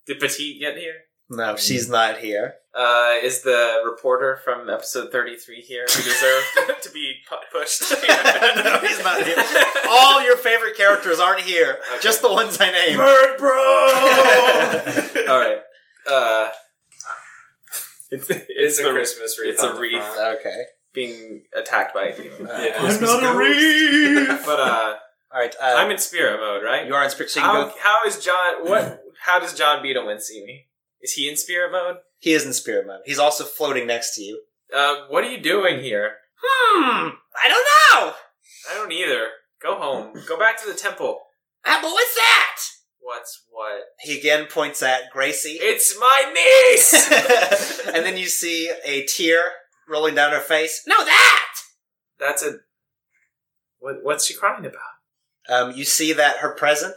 Speaker 8: Did Petite get here?
Speaker 7: no, she's not here.
Speaker 8: Uh, is the reporter from episode 33 here? We deserve to be pu- pushed.
Speaker 7: no, he's not here. All your favorite characters aren't here.
Speaker 8: Okay.
Speaker 7: Just the ones I named.
Speaker 3: Bird bro.
Speaker 8: All right. Uh, it's, it's,
Speaker 6: It's a
Speaker 8: the-
Speaker 6: Christmas wreath.
Speaker 8: it's a
Speaker 6: on the
Speaker 8: wreath.
Speaker 6: front.
Speaker 7: Okay. Uh,
Speaker 8: being attacked by a demon.
Speaker 6: Yeah.
Speaker 3: I'm not a reef.
Speaker 8: But uh,
Speaker 7: All right. Uh,
Speaker 8: I'm in spirit mode, right?
Speaker 7: you are in spirit. So you can
Speaker 8: How,
Speaker 7: go,
Speaker 8: how is John? What? How does John Beetleman see me? Is he in spirit mode?
Speaker 7: he is in spirit mode. He's also floating next to you.
Speaker 8: Uh, what are you doing here?
Speaker 7: Hmm. I don't know.
Speaker 8: I don't either. Go home. Go back to the temple.
Speaker 7: Uh, but what's that?
Speaker 8: What's what?
Speaker 7: He again points at Gracie,
Speaker 8: It's my niece.
Speaker 7: and then you see a tear rolling down her face. No, that.
Speaker 8: That's a. What, what's she crying about?
Speaker 7: Um, you see that her present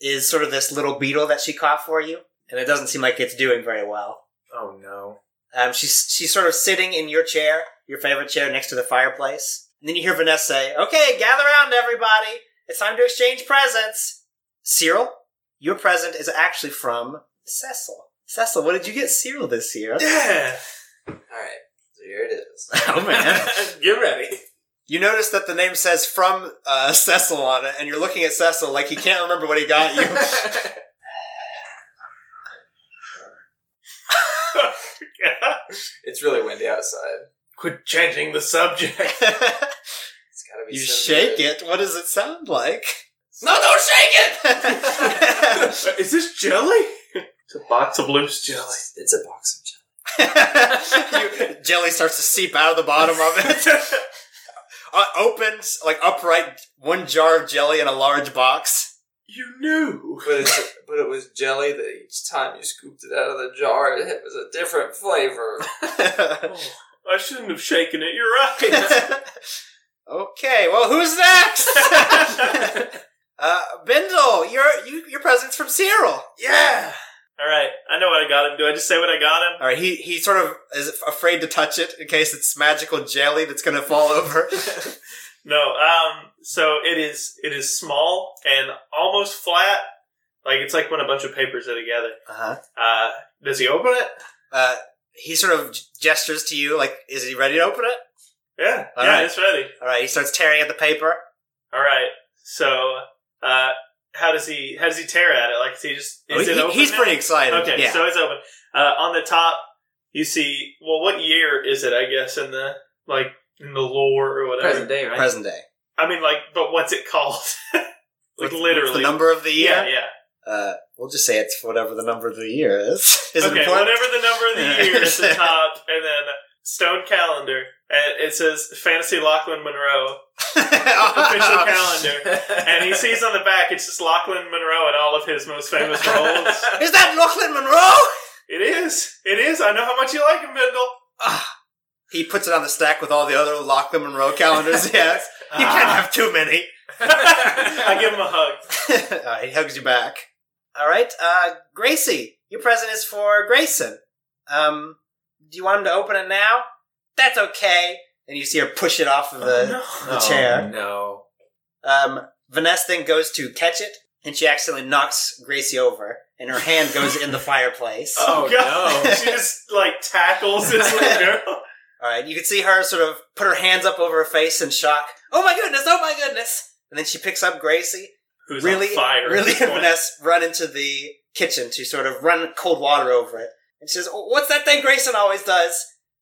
Speaker 7: is sort of this little beetle that she caught for you, and it doesn't seem like it's doing very well.
Speaker 8: Oh no.
Speaker 7: Um, she's she's sort of sitting in your chair, your favorite chair next to the fireplace. And then you hear Vanessa say, "Okay, gather around, everybody. It's time to exchange presents." Cyril, Your present is actually from Cecil. Cecil, what did you get Cyril this year?
Speaker 5: Yeah.
Speaker 6: All right, so here it is.
Speaker 7: oh man.
Speaker 8: Get ready.
Speaker 7: You notice that the name says from uh, Cecil on it, and you're looking at Cecil like he can't remember what he got you.
Speaker 6: It's really windy outside.
Speaker 3: Quit changing the subject.
Speaker 6: It's gotta be.
Speaker 7: you
Speaker 6: so
Speaker 7: shake
Speaker 6: good.
Speaker 7: it. What does it sound like?
Speaker 6: No, don't
Speaker 8: Oh,
Speaker 6: shake it.
Speaker 3: Is this jelly? It's a box of loose jelly.
Speaker 6: It's a box of jelly.
Speaker 7: You- jelly starts to seep out of the bottom of it. uh, opens like upright one jar of jelly in a large box.
Speaker 3: You knew.
Speaker 6: But it's, but it was jelly that each time you scooped it out of the jar, it was a different flavor.
Speaker 3: I shouldn't have shaken it. You're right.
Speaker 7: okay, well, who's next? uh, Bindle, your you, your present's from Cyril.
Speaker 3: yeah. All right. I know what I got him. Do I just say what I got him?
Speaker 7: All right, he he sort of is afraid to touch it in case it's magical jelly that's going to fall over.
Speaker 3: Uh-huh. No. Um. So it is. It is small and almost flat. Like it's like when a bunch of papers are together.
Speaker 7: Uh-huh.
Speaker 3: Uh. Does he open it?
Speaker 7: Uh, he sort of gestures to you, like, is he ready to open it?
Speaker 3: Yeah.
Speaker 7: All
Speaker 3: yeah.
Speaker 7: right.
Speaker 3: It's ready.
Speaker 7: All right, he starts tearing at the paper.
Speaker 3: All right. So. Uh. How does he? How does he tear at it? Like is he just? Is
Speaker 7: Oh,
Speaker 3: it
Speaker 7: he-
Speaker 3: open
Speaker 7: he's
Speaker 3: now?
Speaker 7: pretty excited.
Speaker 3: Okay,
Speaker 7: yeah.
Speaker 3: so it's open. Uh, on the top, you see. Well, what year is it? I guess in the like in the lore or whatever.
Speaker 8: Present day, right?
Speaker 7: present day.
Speaker 3: I mean, like, but what's it called? like,
Speaker 7: What's- what's
Speaker 3: literally.
Speaker 7: the number of the year.
Speaker 3: Yeah, yeah.
Speaker 7: Uh, we'll just say it's whatever the number of the year is. is it
Speaker 3: okay,
Speaker 7: important?
Speaker 3: whatever the number of the year at the top, and then stone calendar, and it says fantasy Lachlan Monroe official calendar, and he sees on the back it's just Lachlan Monroe and all of his most famous roles.
Speaker 7: is that Lachlan Monroe?
Speaker 3: it is, it is. I know how much you like him, Bindle.
Speaker 7: Ah, he puts it on the stack with all the other Lachlan Monroe calendars. yes, you can't have too many.
Speaker 3: I give him a hug.
Speaker 7: all right, he hugs you back. All right, uh, Gracie, your present is for Grayson. Um, do you want him to open it now? That's okay. And you see her push it off of the, the chair.
Speaker 8: Oh, No.
Speaker 7: Um, Vanessa then goes to catch it, and she accidentally knocks Gracie over, and her hand goes in the fireplace.
Speaker 8: Oh,
Speaker 3: God. she just like tackles this little girl.
Speaker 7: All right, you can see her sort of put her hands up over her face in shock. Oh my goodness! Oh my goodness! And then she picks up Gracie.
Speaker 3: Who's
Speaker 7: really,
Speaker 3: on fire? at
Speaker 7: really,
Speaker 3: this
Speaker 7: and
Speaker 3: point.
Speaker 7: Vanessa run into the kitchen to sort of run cold water over it. And she says, "Oh, "What's that thing Grayson always does?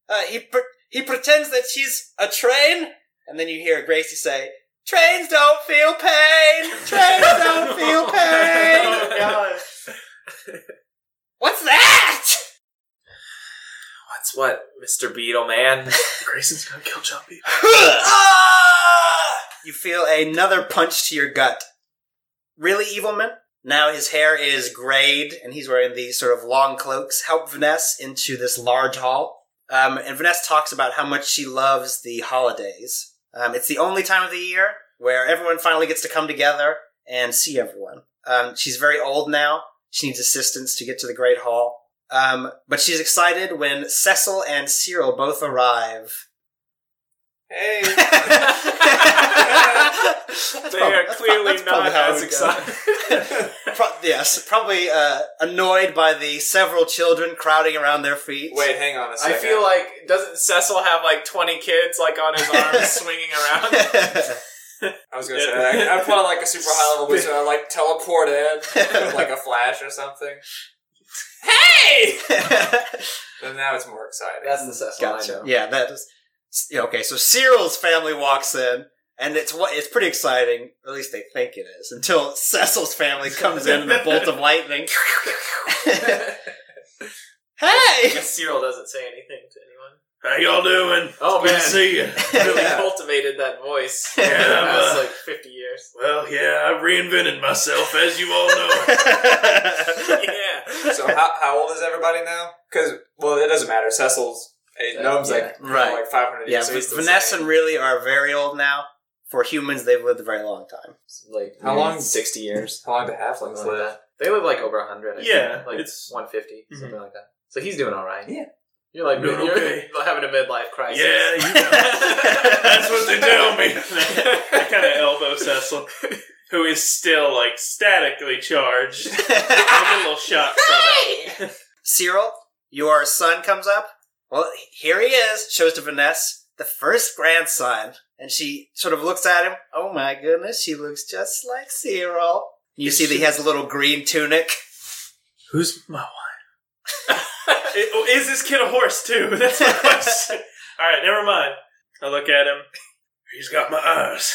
Speaker 7: Uh, he pre- he pretends that she's a train." And then you hear Gracie say, "Trains don't feel pain. Trains don't feel pain.
Speaker 3: Oh God.
Speaker 7: What's that?"
Speaker 8: What's what, Mr. Beetle Man?
Speaker 3: Grayson's gonna kill Jumpy.
Speaker 7: You feel another punch to your gut. Really, Evilman? Now his hair is grayed, and he's wearing these sort of long cloaks. Help Vanessa into this large hall. Um, and Vanessa talks about how much she loves the holidays. Um, it's the only time of the year where everyone finally gets to come together and see everyone. Um, she's very old now. She needs assistance to get to the Great Hall. Um, but she's excited when Cecil and Cyril both arrive.
Speaker 6: Hey,
Speaker 7: they
Speaker 8: They are clearly not as excited.
Speaker 7: yes, probably uh, annoyed by the several children crowding around their feet.
Speaker 6: wait, hang on a
Speaker 8: I
Speaker 6: second.
Speaker 8: feel like doesn't Cecil have like twenty kids like on his arms swinging around?
Speaker 6: I was gonna say that. I put on like a super high level voice and I like teleport in like a flash or something. Hey! Then now it's more exciting.
Speaker 8: That's the Cecil I
Speaker 7: gotcha.
Speaker 8: know.
Speaker 7: Yeah, that is. yeah, Okay, so Cyril's family walks in, and it's what it's pretty exciting. At least they think it is. Until Cecil's family comes in in a bolt of lightning.
Speaker 8: I
Speaker 7: hey,
Speaker 8: guess Cyril doesn't say anything to anyone.
Speaker 3: How y'all doing?
Speaker 8: Oh
Speaker 3: Good to
Speaker 8: man,
Speaker 3: see you.
Speaker 8: really
Speaker 7: Yeah.
Speaker 8: cultivated that voice.
Speaker 7: Yeah,
Speaker 8: in the past,
Speaker 3: but-
Speaker 8: like fifty years.
Speaker 3: uh, Well, yeah, I've reinvented myself, as you all know.
Speaker 8: yeah.
Speaker 6: So how, how old is everybody now? Because well, it doesn't matter. Cecil's eh, gnome's like
Speaker 7: Right.
Speaker 6: like five hundred.
Speaker 7: yeah,
Speaker 6: so he's still
Speaker 7: Vanessa
Speaker 6: saying-
Speaker 7: and really are very old now. For humans, they've lived a very long time.
Speaker 8: Like
Speaker 6: How long-
Speaker 8: Sixty years.
Speaker 6: How long do halflings
Speaker 8: Something like
Speaker 6: live?
Speaker 8: that. They live like over hundred.
Speaker 3: Yeah,
Speaker 8: like
Speaker 3: it's-
Speaker 8: one fifty,
Speaker 3: Mhm.
Speaker 8: something like that. So he's doing all right.
Speaker 6: Yeah.
Speaker 8: You're like
Speaker 3: Doing
Speaker 8: you're
Speaker 3: okay.
Speaker 8: having a midlife crisis.
Speaker 3: yeah, you know. that's what they tell me. I kind of elbow Cecil. who is still like statically charged. I'm a little shocked. from it.
Speaker 7: Cyril, your son comes up. Well, here he is, shows to Vanessa, the first grandson. And she sort of looks at him. Oh my goodness, she looks just like Cyril. You see that he has a little green tunic.
Speaker 3: Who's my wife? oh, is this kid a horse too? That's my question. All right, never mind. I look at him. He's got my eyes.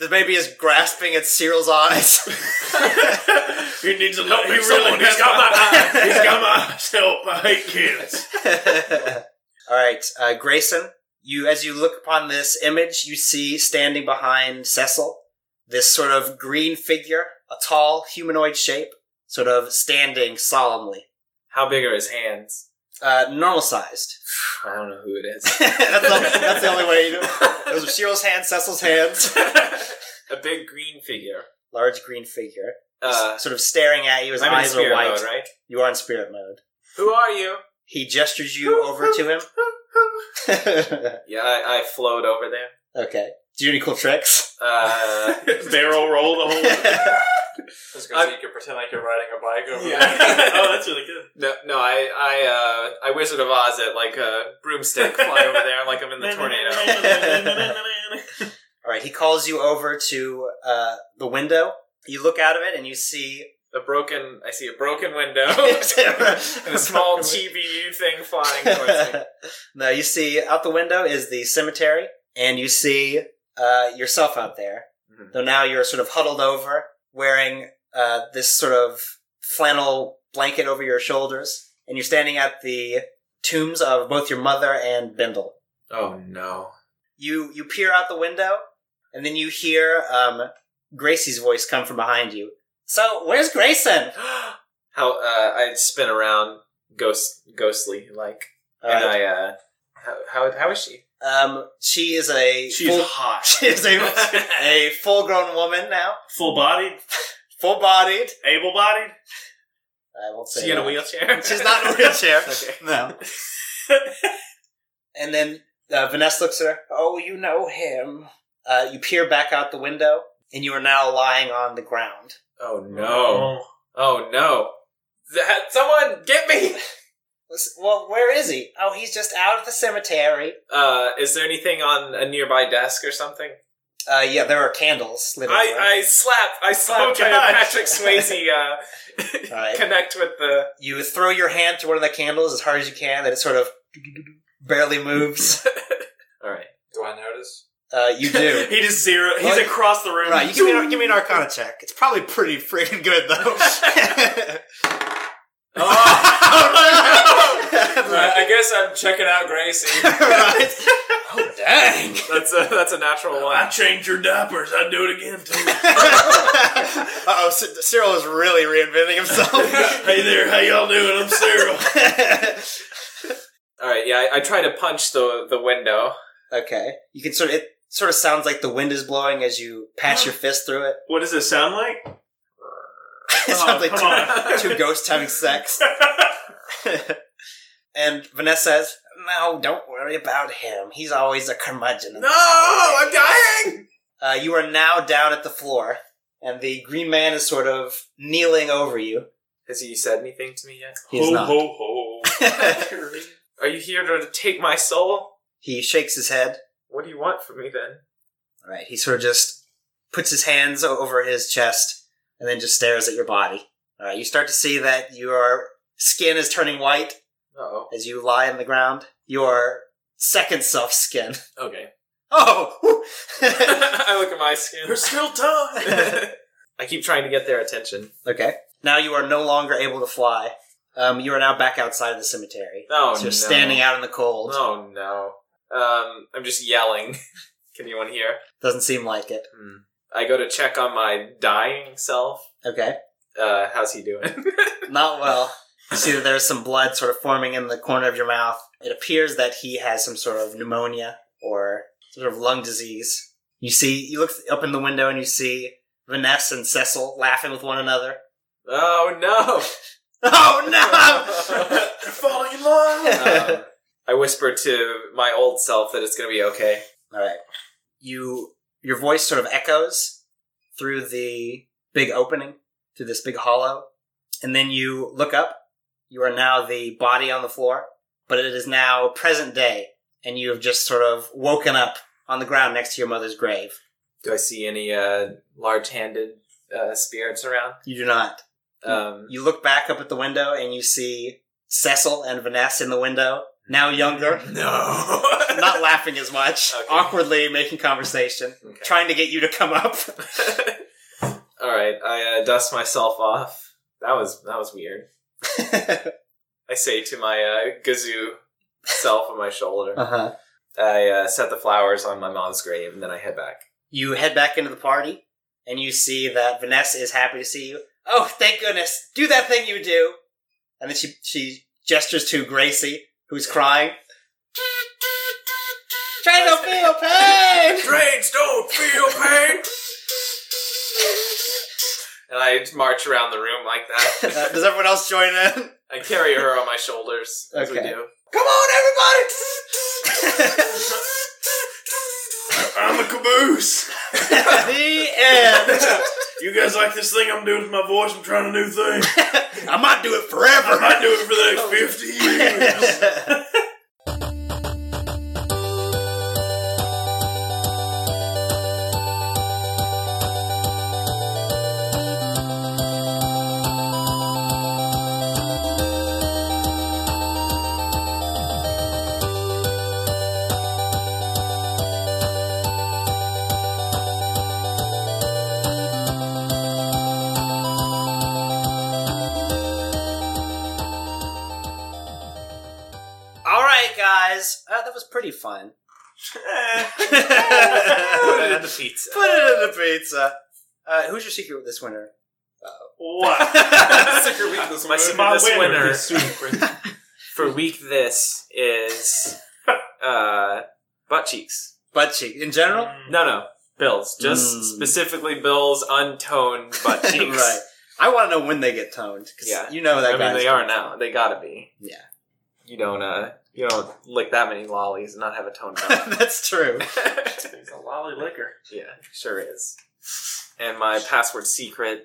Speaker 7: the baby is grasping at Cyril's eyes.
Speaker 3: he needs a help. He really has got my eyes. He's got my eyes. Help! I hate kids.
Speaker 7: All right, uh, Grayson. You, as you look upon this image, you see standing behind Cecil this sort of green figure, a tall humanoid shape, sort of standing solemnly,
Speaker 8: How big are his hands?
Speaker 7: uh, normal sized.
Speaker 8: I don't know who it is.
Speaker 7: that's, the, that's the only way you know. Those are Cyril's hands, Cecil's hands.
Speaker 8: a big green figure.
Speaker 7: Large green figure,
Speaker 8: Uh,
Speaker 7: sort of staring at you. His
Speaker 8: I'm in
Speaker 7: eyes are
Speaker 8: spirit
Speaker 7: white.
Speaker 8: mode, right?
Speaker 7: You are in spirit mode.
Speaker 8: Who are you?
Speaker 7: He gestures you over to him.
Speaker 8: Yeah, I, I float over there.
Speaker 7: okay. Do you do any cool tricks?
Speaker 8: Uh,
Speaker 3: Barrel roll the whole.
Speaker 6: Just gonna say you can pretend like you're riding a bike over
Speaker 8: Yeah.
Speaker 6: there.
Speaker 3: oh, that's really good.
Speaker 8: no, no, I, I, uh, I Wizard of Oz at like a broomstick fly over there, like I'm in the tornado.
Speaker 7: All right, he calls you over to uh, the window. You look out of it and you see
Speaker 8: A broken, I see a broken window and
Speaker 7: a
Speaker 8: a small TBU thing flying towards me.
Speaker 7: no, you see out the window is the cemetery, and you see uh, yourself out there.
Speaker 8: Mhm.
Speaker 7: Though now you're sort of huddled over, wearing uh, this sort of flannel blanket over your shoulders, and you're standing at the tombs of both your mother and Bindle.
Speaker 8: Oh no.
Speaker 7: You you peer out the window, and then you hear um, Gracie's voice come from behind you. So where's Grayson?
Speaker 8: How uh, I spin around, ghost, ghostly like,
Speaker 7: All
Speaker 8: and
Speaker 7: right.
Speaker 8: I uh, how, how how is she?
Speaker 7: um, she is a
Speaker 3: She's
Speaker 7: full,
Speaker 3: hot.
Speaker 7: she is a, a full grown woman now,
Speaker 3: Full bodied,
Speaker 7: full bodied.
Speaker 3: able bodied.
Speaker 7: I won't say.
Speaker 8: She in a
Speaker 7: that.
Speaker 8: wheelchair?
Speaker 7: She's not in a wheelchair.
Speaker 8: okay.
Speaker 7: No. and then uh, Vanessa looks at her. Oh, you know him. Uh, you peer back out the window, and you are now lying on the ground.
Speaker 8: Oh no! Oh no! That- someone get me!
Speaker 7: Listen, Well, where is he? Oh, he's just out at the cemetery.
Speaker 8: Uh, is there anything on a nearby desk or something?
Speaker 7: Uh, yeah, there are candles lit everywhere.
Speaker 8: I, I slap I slap
Speaker 3: Oh,
Speaker 8: trying to
Speaker 3: God.
Speaker 8: Patrick Swayze uh,
Speaker 7: All right.
Speaker 8: connect with the
Speaker 7: You throw your hand to one of the candles as hard as you can, and it sort of barely moves.
Speaker 8: all right.
Speaker 6: Do I notice?
Speaker 7: Uh, you do.
Speaker 3: He just zero. He's
Speaker 7: Like-
Speaker 3: across the room.
Speaker 7: Right, you give me, an, give me an Arcana check. It's probably pretty freaking good though. Oh,
Speaker 6: All right, I guess I'm checking out Gracie.
Speaker 7: right.
Speaker 8: That's a that's a natural
Speaker 3: I
Speaker 8: one.
Speaker 3: changed your diapers. I'd do it again too.
Speaker 7: Uh oh, Cyril is really reinventing himself.
Speaker 3: hey there, how y'all doing? I'm Cyril.
Speaker 8: All right, yeah, I, I try to punch the the window.
Speaker 7: okay, you can sort of it sort of sounds like the wind is blowing as you pass your fist through it.
Speaker 3: What does it sound like?
Speaker 7: it
Speaker 3: Oh,
Speaker 7: sounds like
Speaker 3: come on.
Speaker 7: two, two ghosts having sex. and Vanessa says, "No, don't worry about him. He's always a curmudgeon."
Speaker 8: No,
Speaker 3: Oh,
Speaker 8: I'm dying.
Speaker 7: Uh, you are now down at the floor, and the green man is sort of kneeling over you.
Speaker 8: Has he said anything to me yet?
Speaker 7: He's
Speaker 3: ho
Speaker 7: not.
Speaker 3: ho ho.
Speaker 8: Are you here to take my soul?
Speaker 7: he shakes his head.
Speaker 8: What do you want from me then?
Speaker 7: All right, he sort of just puts his hands o- over his chest and then just stares at your body. All right, you start to see that your skin is turning white
Speaker 8: Uh oh.
Speaker 7: as you lie on the ground. Your second self skin.
Speaker 8: Okay.
Speaker 7: Oh, whew.
Speaker 8: I look at my skin.
Speaker 3: There's still time.
Speaker 8: I keep trying to get their attention.
Speaker 7: okay. Now you are no longer able to fly. Um, you are now back outside of the cemetery.
Speaker 8: Oh
Speaker 7: so
Speaker 8: no.
Speaker 7: you're standing out in the cold.
Speaker 8: Oh no. Um, I'm just yelling. Can anyone hear?
Speaker 7: Doesn't seem like it.
Speaker 8: Hmm. I go to check on my dying self.
Speaker 7: Okay.
Speaker 8: Uh, how's he doing?
Speaker 7: Not well. You see that there's some blood sort of forming in the corner of your mouth. It appears that he has some sort of pneumonia or sort of lung disease. You see, you look up in the window and you see Vanessa and Cecil laughing with one another.
Speaker 8: oh no.
Speaker 7: Oh
Speaker 3: They're falling in love.
Speaker 7: no!
Speaker 8: Um, I whisper to my old self that it's gonna be okay.
Speaker 7: All right, you your voice sort of echoes, through the big opening, through this big hollow, and then you look up. You are now the body on the floor, but it is now present day, and you have just sort of woken up on the ground next to your mother's grave.
Speaker 8: Do I see any uh, large-handed uh, spirits around?
Speaker 7: You do not.
Speaker 8: Um,
Speaker 7: You look back up at the window and you see Cecil and Vanessa in the window, now younger,
Speaker 8: no.
Speaker 7: not laughing as much,
Speaker 8: Okay.
Speaker 7: awkwardly making conversation,
Speaker 8: Okay.
Speaker 7: trying to get you to come up.
Speaker 8: All right, I uh, dust myself off. That was that was weird. I say to my uh, gazoo self on my shoulder.
Speaker 7: uh-huh.
Speaker 8: I uh, set the flowers on my mom's grave, and then I head back.
Speaker 7: You head back into the party and you see that Vanessa is happy to see you. Oh, thank goodness. Do that thing you do. And then she she gestures to Gracie, who's crying. Try to feel pain.
Speaker 8: Trains don't feel pain. and I march around the room like that.
Speaker 7: Uh, does everyone else join in?
Speaker 8: I carry her on my shoulders as we
Speaker 7: Okay.
Speaker 8: do.
Speaker 7: Come on, everybody!
Speaker 3: I'm a caboose.
Speaker 7: the end.
Speaker 3: You guys like this thing I'm doing with my voice? I'm trying a new thing.
Speaker 7: I might do it
Speaker 3: I
Speaker 7: forever.
Speaker 3: might do it for the next fifty years.
Speaker 7: All right, guys. Uh, that was pretty fun. Put
Speaker 8: Put it in
Speaker 7: it
Speaker 8: the pizza.
Speaker 7: in the pizza. Uh, who's your secret this winter?
Speaker 3: What?
Speaker 8: Secret week this My secret
Speaker 3: My
Speaker 8: this
Speaker 3: winner
Speaker 8: winner
Speaker 3: is
Speaker 8: for week this is uh, butt cheeks.
Speaker 7: Butt cheek. In general?
Speaker 8: No, no, bills. Just
Speaker 7: Mm.
Speaker 8: specifically bills, untoned butt cheeks.
Speaker 7: right. I want to know when they get toned. 'cause
Speaker 8: Yeah.
Speaker 7: You know
Speaker 8: I
Speaker 7: that
Speaker 8: mean,
Speaker 7: guy's
Speaker 8: they are now. They gotta be.
Speaker 7: Yeah.
Speaker 8: You don't. Uh, you don't lick that many lollies and not have a toned butt.
Speaker 7: That's true.
Speaker 3: It's a lolly liquor.
Speaker 8: yeah, sure is. And my password secret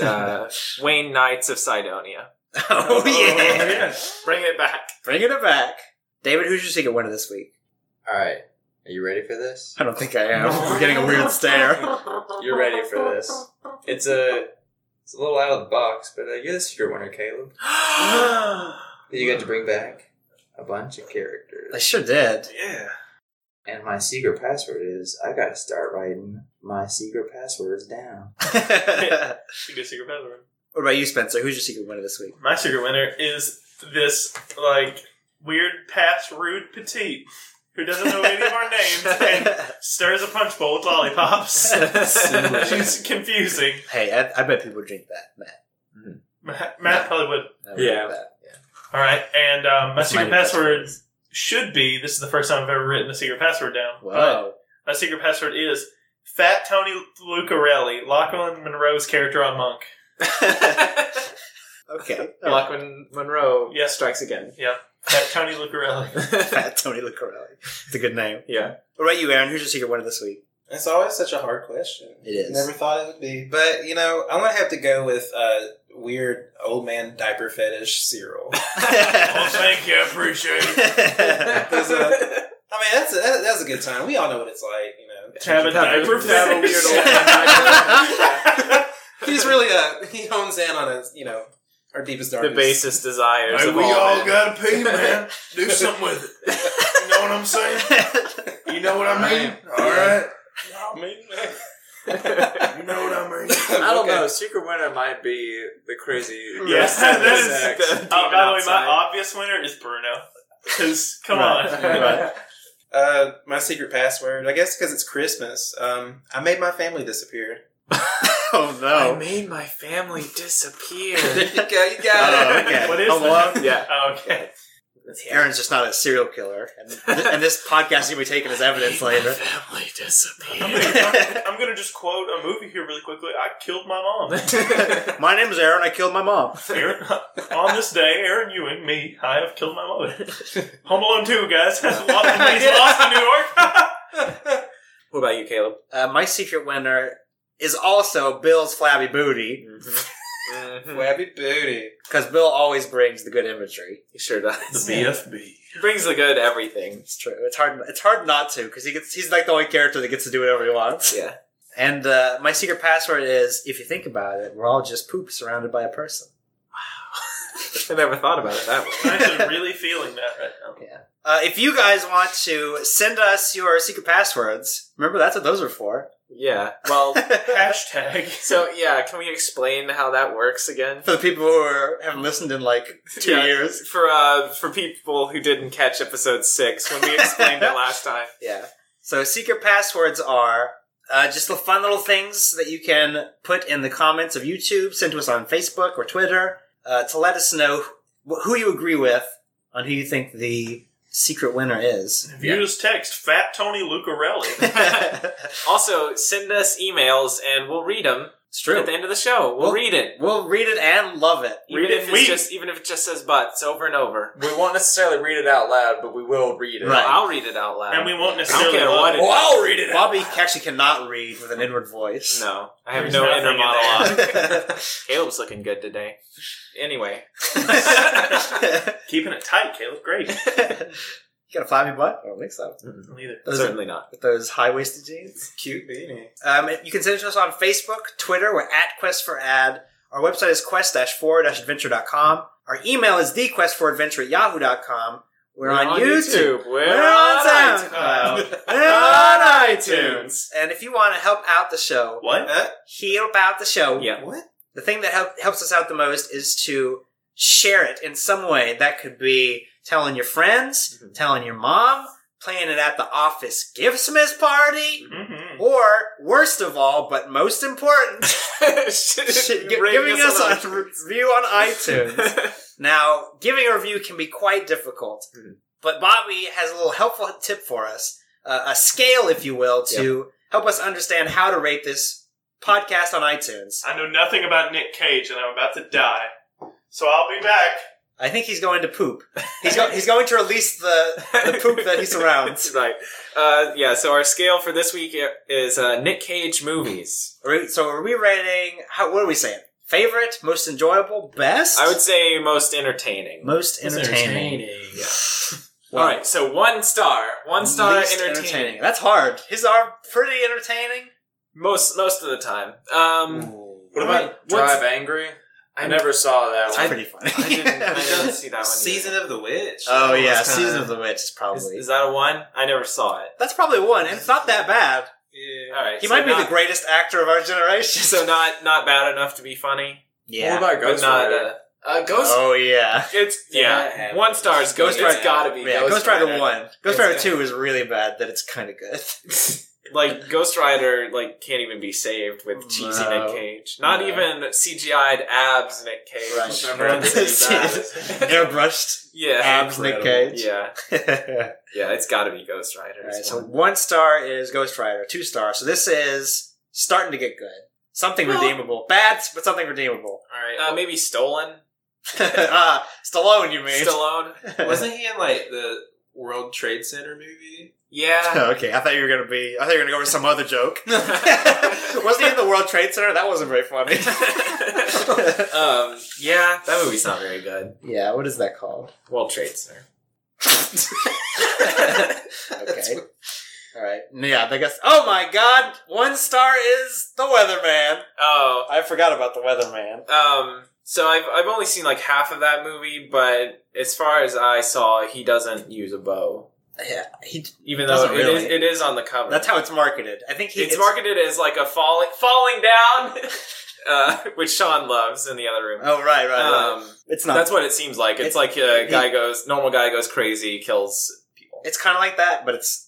Speaker 8: uh, Wayne Knights of Sidonia.
Speaker 7: Oh, yeah.
Speaker 8: Bring it back.
Speaker 7: Bringing it back. David, who's your secret winner this week?
Speaker 6: All right. Are you ready for this?
Speaker 7: I don't think I am. I'm getting a weird stare.
Speaker 6: You're ready for this. It's a it's a little out of the box, but uh, you're the secret winner, Caleb. You get to bring back a bunch of
Speaker 7: I
Speaker 6: characters.
Speaker 7: sure did.
Speaker 3: Yeah.
Speaker 6: And my secret password is I gotta start writing my secret passwords down.
Speaker 7: what
Speaker 3: She gets secret password.
Speaker 7: about you, Spencer? Who's your secret winner this week?
Speaker 3: My secret winner is this like weird past rude petite who doesn't know any of our names and stirs a punch bowl with lollipops. She's confusing.
Speaker 7: hey, I, I bet people drink that, Matt.
Speaker 3: Matt, Matt probably would.
Speaker 7: I would drink
Speaker 6: Yeah.
Speaker 7: that.
Speaker 3: All right, and um, my
Speaker 7: That's
Speaker 3: secret
Speaker 7: my
Speaker 3: password should be. This is the first time I've ever written a secret password down. but
Speaker 7: Whoa.
Speaker 3: My secret password is Fat Tony Lucarelli, Lachlan Monroe's character on Monk.
Speaker 7: Okay.
Speaker 8: Lachlan Monroe
Speaker 3: Yeah.
Speaker 8: strikes again.
Speaker 3: Fat Tony Lucarelli.
Speaker 7: Fat Tony Lucarelli. It's a good name.
Speaker 8: Yeah.
Speaker 7: What about you, Aaron? Who's your secret winner this week?
Speaker 5: It's always such a hard question.
Speaker 7: It is.
Speaker 5: Never thought it would be, but you know, I'm gonna have to go with uh, weird old man diaper fetish Cyril.
Speaker 3: well, thank you, I appreciate it.
Speaker 5: There's a- I mean, that's a, that- that's a good time. We all know what it's like, you know.
Speaker 3: Have a diaper
Speaker 8: Have a weird old
Speaker 5: He's really uh he hones in on a you know our deepest
Speaker 8: the
Speaker 5: darkest.
Speaker 8: basest desires.
Speaker 3: Hey,
Speaker 8: of
Speaker 3: we
Speaker 8: all
Speaker 3: all
Speaker 8: men.
Speaker 3: gotta pee, man. Do something with it. You know what I'm saying? You know what I mean? All right.
Speaker 5: I mean,
Speaker 3: You know what I mean?
Speaker 6: I don't
Speaker 5: Okay.
Speaker 6: know. Secret winner might be the crazy.
Speaker 3: Yes, that is
Speaker 6: sex.
Speaker 8: the
Speaker 3: Oh, by the
Speaker 8: demon
Speaker 3: way, my
Speaker 8: outside.
Speaker 3: obvious winner is Bruno. Because come on,
Speaker 5: Uh, my secret password, I guess, because it's Christmas. Um, I made my family disappear.
Speaker 7: oh
Speaker 8: I
Speaker 7: no.
Speaker 8: made my family disappear.
Speaker 5: you go, you
Speaker 7: Oh, okay.
Speaker 3: What is
Speaker 7: Hello?
Speaker 3: that?
Speaker 8: yeah.
Speaker 3: Oh, okay.
Speaker 7: Aaron's just not a serial killer, and, and this podcast is gonna be taken as evidence later.
Speaker 8: Family
Speaker 3: I'm
Speaker 8: disappear.
Speaker 3: gonna, I'm- I'm gonna just quote a movie here really quickly. I killed my mom.
Speaker 7: My name is Aaron. I killed my mom.
Speaker 3: Aaron, on this day, Aaron, you and me, I have killed my mother. Home Alone 2, guys. That's a lot of movies lost in New York.
Speaker 8: what about you, Caleb?
Speaker 7: Uh, my secret winner is also Bill's flabby booty
Speaker 8: Mm-hmm.
Speaker 6: Flabby booty.
Speaker 7: because Bill always brings the good imagery.
Speaker 8: He sure does.
Speaker 3: BFB.
Speaker 8: Brings the good everything.
Speaker 7: It's true. It's hard. It's hard not to because he gets. He's like the only character that gets to do whatever he wants.
Speaker 8: Yeah.
Speaker 7: And uh, my secret password is: if you think about it, we're all just poop surrounded by a person.
Speaker 8: I never thought about it that way.
Speaker 3: I'm actually really feeling that right now.
Speaker 7: Uh, if you guys want to send us your secret passwords, remember that's what those are for.
Speaker 8: Yeah. Well,
Speaker 3: Hashtag.
Speaker 8: so yeah, can we explain how that works again?
Speaker 7: For the people who are, haven't listened in like two
Speaker 8: Yeah.
Speaker 7: years.
Speaker 8: For uh for people who didn't catch episode six when we explained it last time.
Speaker 7: Yeah. So secret passwords are uh, just the fun little things that you can put in the comments of YouTube, send to us on Facebook or Twitter uh, to let us know wh- who you agree with on who you think the secret winner is.
Speaker 3: If you just text Fat Tony Lucarelli.
Speaker 8: Also, send us emails and we'll read them
Speaker 7: it's
Speaker 8: at the end of the show. We'll
Speaker 7: Well-
Speaker 8: read it.
Speaker 7: We'll read it and love it.
Speaker 8: Even
Speaker 3: Read it
Speaker 8: if
Speaker 3: we-
Speaker 8: it's just even if it just says butts over and over.
Speaker 6: We won't necessarily read it out loud, but we will read it.
Speaker 7: Right.
Speaker 8: I'll read it out loud.
Speaker 3: and we won't
Speaker 8: I don't
Speaker 3: necessarily
Speaker 8: care
Speaker 3: love
Speaker 8: what
Speaker 3: it.
Speaker 8: it
Speaker 6: Well, I'll read it out.
Speaker 7: Bobby actually cannot read with an inward voice.
Speaker 8: No, I have
Speaker 3: There's
Speaker 8: no
Speaker 3: nothing
Speaker 8: inner
Speaker 3: in
Speaker 8: monologue. Caleb's looking good today. Anyway,
Speaker 3: Keeping it tight, Caleb. Great.
Speaker 7: You got a flabby butt? I don't think so.
Speaker 3: Neither.
Speaker 7: Those are-
Speaker 8: certainly not.
Speaker 7: with those high waisted jeans.
Speaker 5: Cute beanie.
Speaker 7: Um, you can send it to us on Facebook, Twitter. We're at Quest for Ad. Our website is quest for adventure.com. Our email is thequestforadventure at yahoo.com. We're, on, YouTube.
Speaker 8: We're,
Speaker 7: We're on
Speaker 8: on iTunes.
Speaker 7: SoundCloud. We're
Speaker 8: On
Speaker 7: on iTunes.
Speaker 8: iTunes.
Speaker 7: And if you want to help out the show,
Speaker 3: What?
Speaker 7: help out the show.
Speaker 8: Yeah.
Speaker 5: What?
Speaker 7: The thing that help, helps us out the most is to share it in some way. That could be telling your friends,
Speaker 8: Mhm.
Speaker 7: telling your mom, playing it at the office Givesmas party.
Speaker 3: Mm-hmm.
Speaker 7: Or, worst of all, but most important,
Speaker 8: Shit,
Speaker 7: gi-
Speaker 8: rating
Speaker 7: giving us,
Speaker 8: on
Speaker 7: a review on iTunes. now, giving a review can be quite difficult,
Speaker 8: Mhm.
Speaker 7: but Bobby has a little helpful tip for us uh, a scale, if you will, to help us understand how to rate this podcast on iTunes.
Speaker 3: I know nothing about Nick Cage, and I'm about to die. So I'll be back.
Speaker 7: I think he's going to poop. He's, go- he's going to release the, the poop that he surrounds.
Speaker 8: right. Uh, yeah. So our scale for this week is uh, Nick Cage movies.
Speaker 7: Are we- So, are we rating? How, what are we saying? Favorite, most enjoyable, best?
Speaker 8: I would say most entertaining.
Speaker 7: most entertaining.
Speaker 8: Yeah. All right. So one star. One star
Speaker 7: Least
Speaker 8: entertaining.
Speaker 7: That's hard. His are pretty entertaining.
Speaker 8: Most most of the time. Um,
Speaker 6: What about
Speaker 8: Alright, what's-
Speaker 6: Drive Angry? I
Speaker 8: I-
Speaker 6: never saw that
Speaker 7: That's
Speaker 6: one.
Speaker 7: pretty funny.
Speaker 8: I didn't, I didn't see that one.
Speaker 5: Season
Speaker 8: either.
Speaker 5: of the Witch.
Speaker 7: oh yeah,
Speaker 5: That's kinda-
Speaker 7: season of the witch is probably
Speaker 8: Is, is that a one? I never saw it.
Speaker 7: that's probably one, and it's not that bad.
Speaker 5: Yeah.
Speaker 8: All right.
Speaker 7: He
Speaker 8: so
Speaker 7: might be
Speaker 8: not,
Speaker 7: the greatest actor of our generation.
Speaker 8: Uh, So not not bad enough to be funny.
Speaker 7: yeah.
Speaker 6: What about
Speaker 8: But
Speaker 6: Ghost
Speaker 8: not
Speaker 6: Rider?
Speaker 8: uh, uh, Ghost.
Speaker 7: Oh yeah.
Speaker 8: It's
Speaker 5: that
Speaker 8: yeah.
Speaker 5: happened.
Speaker 8: One star is Ghost.
Speaker 7: Ghost Rider-
Speaker 8: It's gotta be
Speaker 7: Yeah, Ghost, Rider, one. Ghost Rider two is really bad. That it's kind of good.
Speaker 8: like Ghost Rider like can't even be saved with cheesy
Speaker 7: No.
Speaker 8: Nick Cage. Not
Speaker 7: No.
Speaker 8: even CGI'd abs Nick Cage.
Speaker 7: Right.
Speaker 8: Everyone's saying
Speaker 7: Airbrushed
Speaker 8: that. yeah.
Speaker 7: abs, Nick Cage.
Speaker 8: Yeah.
Speaker 7: Alright,
Speaker 8: Yeah, it's gotta be Ghost Rider. It's
Speaker 7: so
Speaker 8: one.
Speaker 7: one star is Ghost Rider, two star. So this is starting to get good. Something
Speaker 8: Well-
Speaker 7: redeemable. Bad, but something redeemable.
Speaker 8: uh, maybe Stolen.
Speaker 7: uh, Stallone, you mean?
Speaker 8: Stallone.
Speaker 5: Wasn't he in like the World Trade Center movie?
Speaker 8: Yeah.
Speaker 7: Oh, okay, I thought you were gonna be. I thought you were gonna go over some other joke. Wasn't he in the World Trade Center? That wasn't very funny.
Speaker 8: um, yeah, that movie's not very good.
Speaker 7: yeah, what is that called?
Speaker 8: World Trade Center.
Speaker 7: Okay, all right. Yeah, I guess. Oh my God! One star is the Weatherman.
Speaker 8: Oh,
Speaker 7: I forgot about the Weatherman.
Speaker 8: um, so I've I've only seen like half of that movie, but as far as I saw, he doesn't use a bow,
Speaker 7: Yeah, he.
Speaker 8: even though
Speaker 7: Doesn't
Speaker 8: it
Speaker 7: really.
Speaker 8: is it is on the cover.
Speaker 7: That's how it's marketed. I think he.
Speaker 8: it's, marketed as like a falling falling down, uh, which Sean loves in the other room.
Speaker 7: Oh right, right. right.
Speaker 8: um,
Speaker 7: it's not.
Speaker 8: That's what it seems like. It's
Speaker 7: It-
Speaker 8: like a guy goes normal guy goes crazy, kills people.
Speaker 7: it's kind of like that, but it's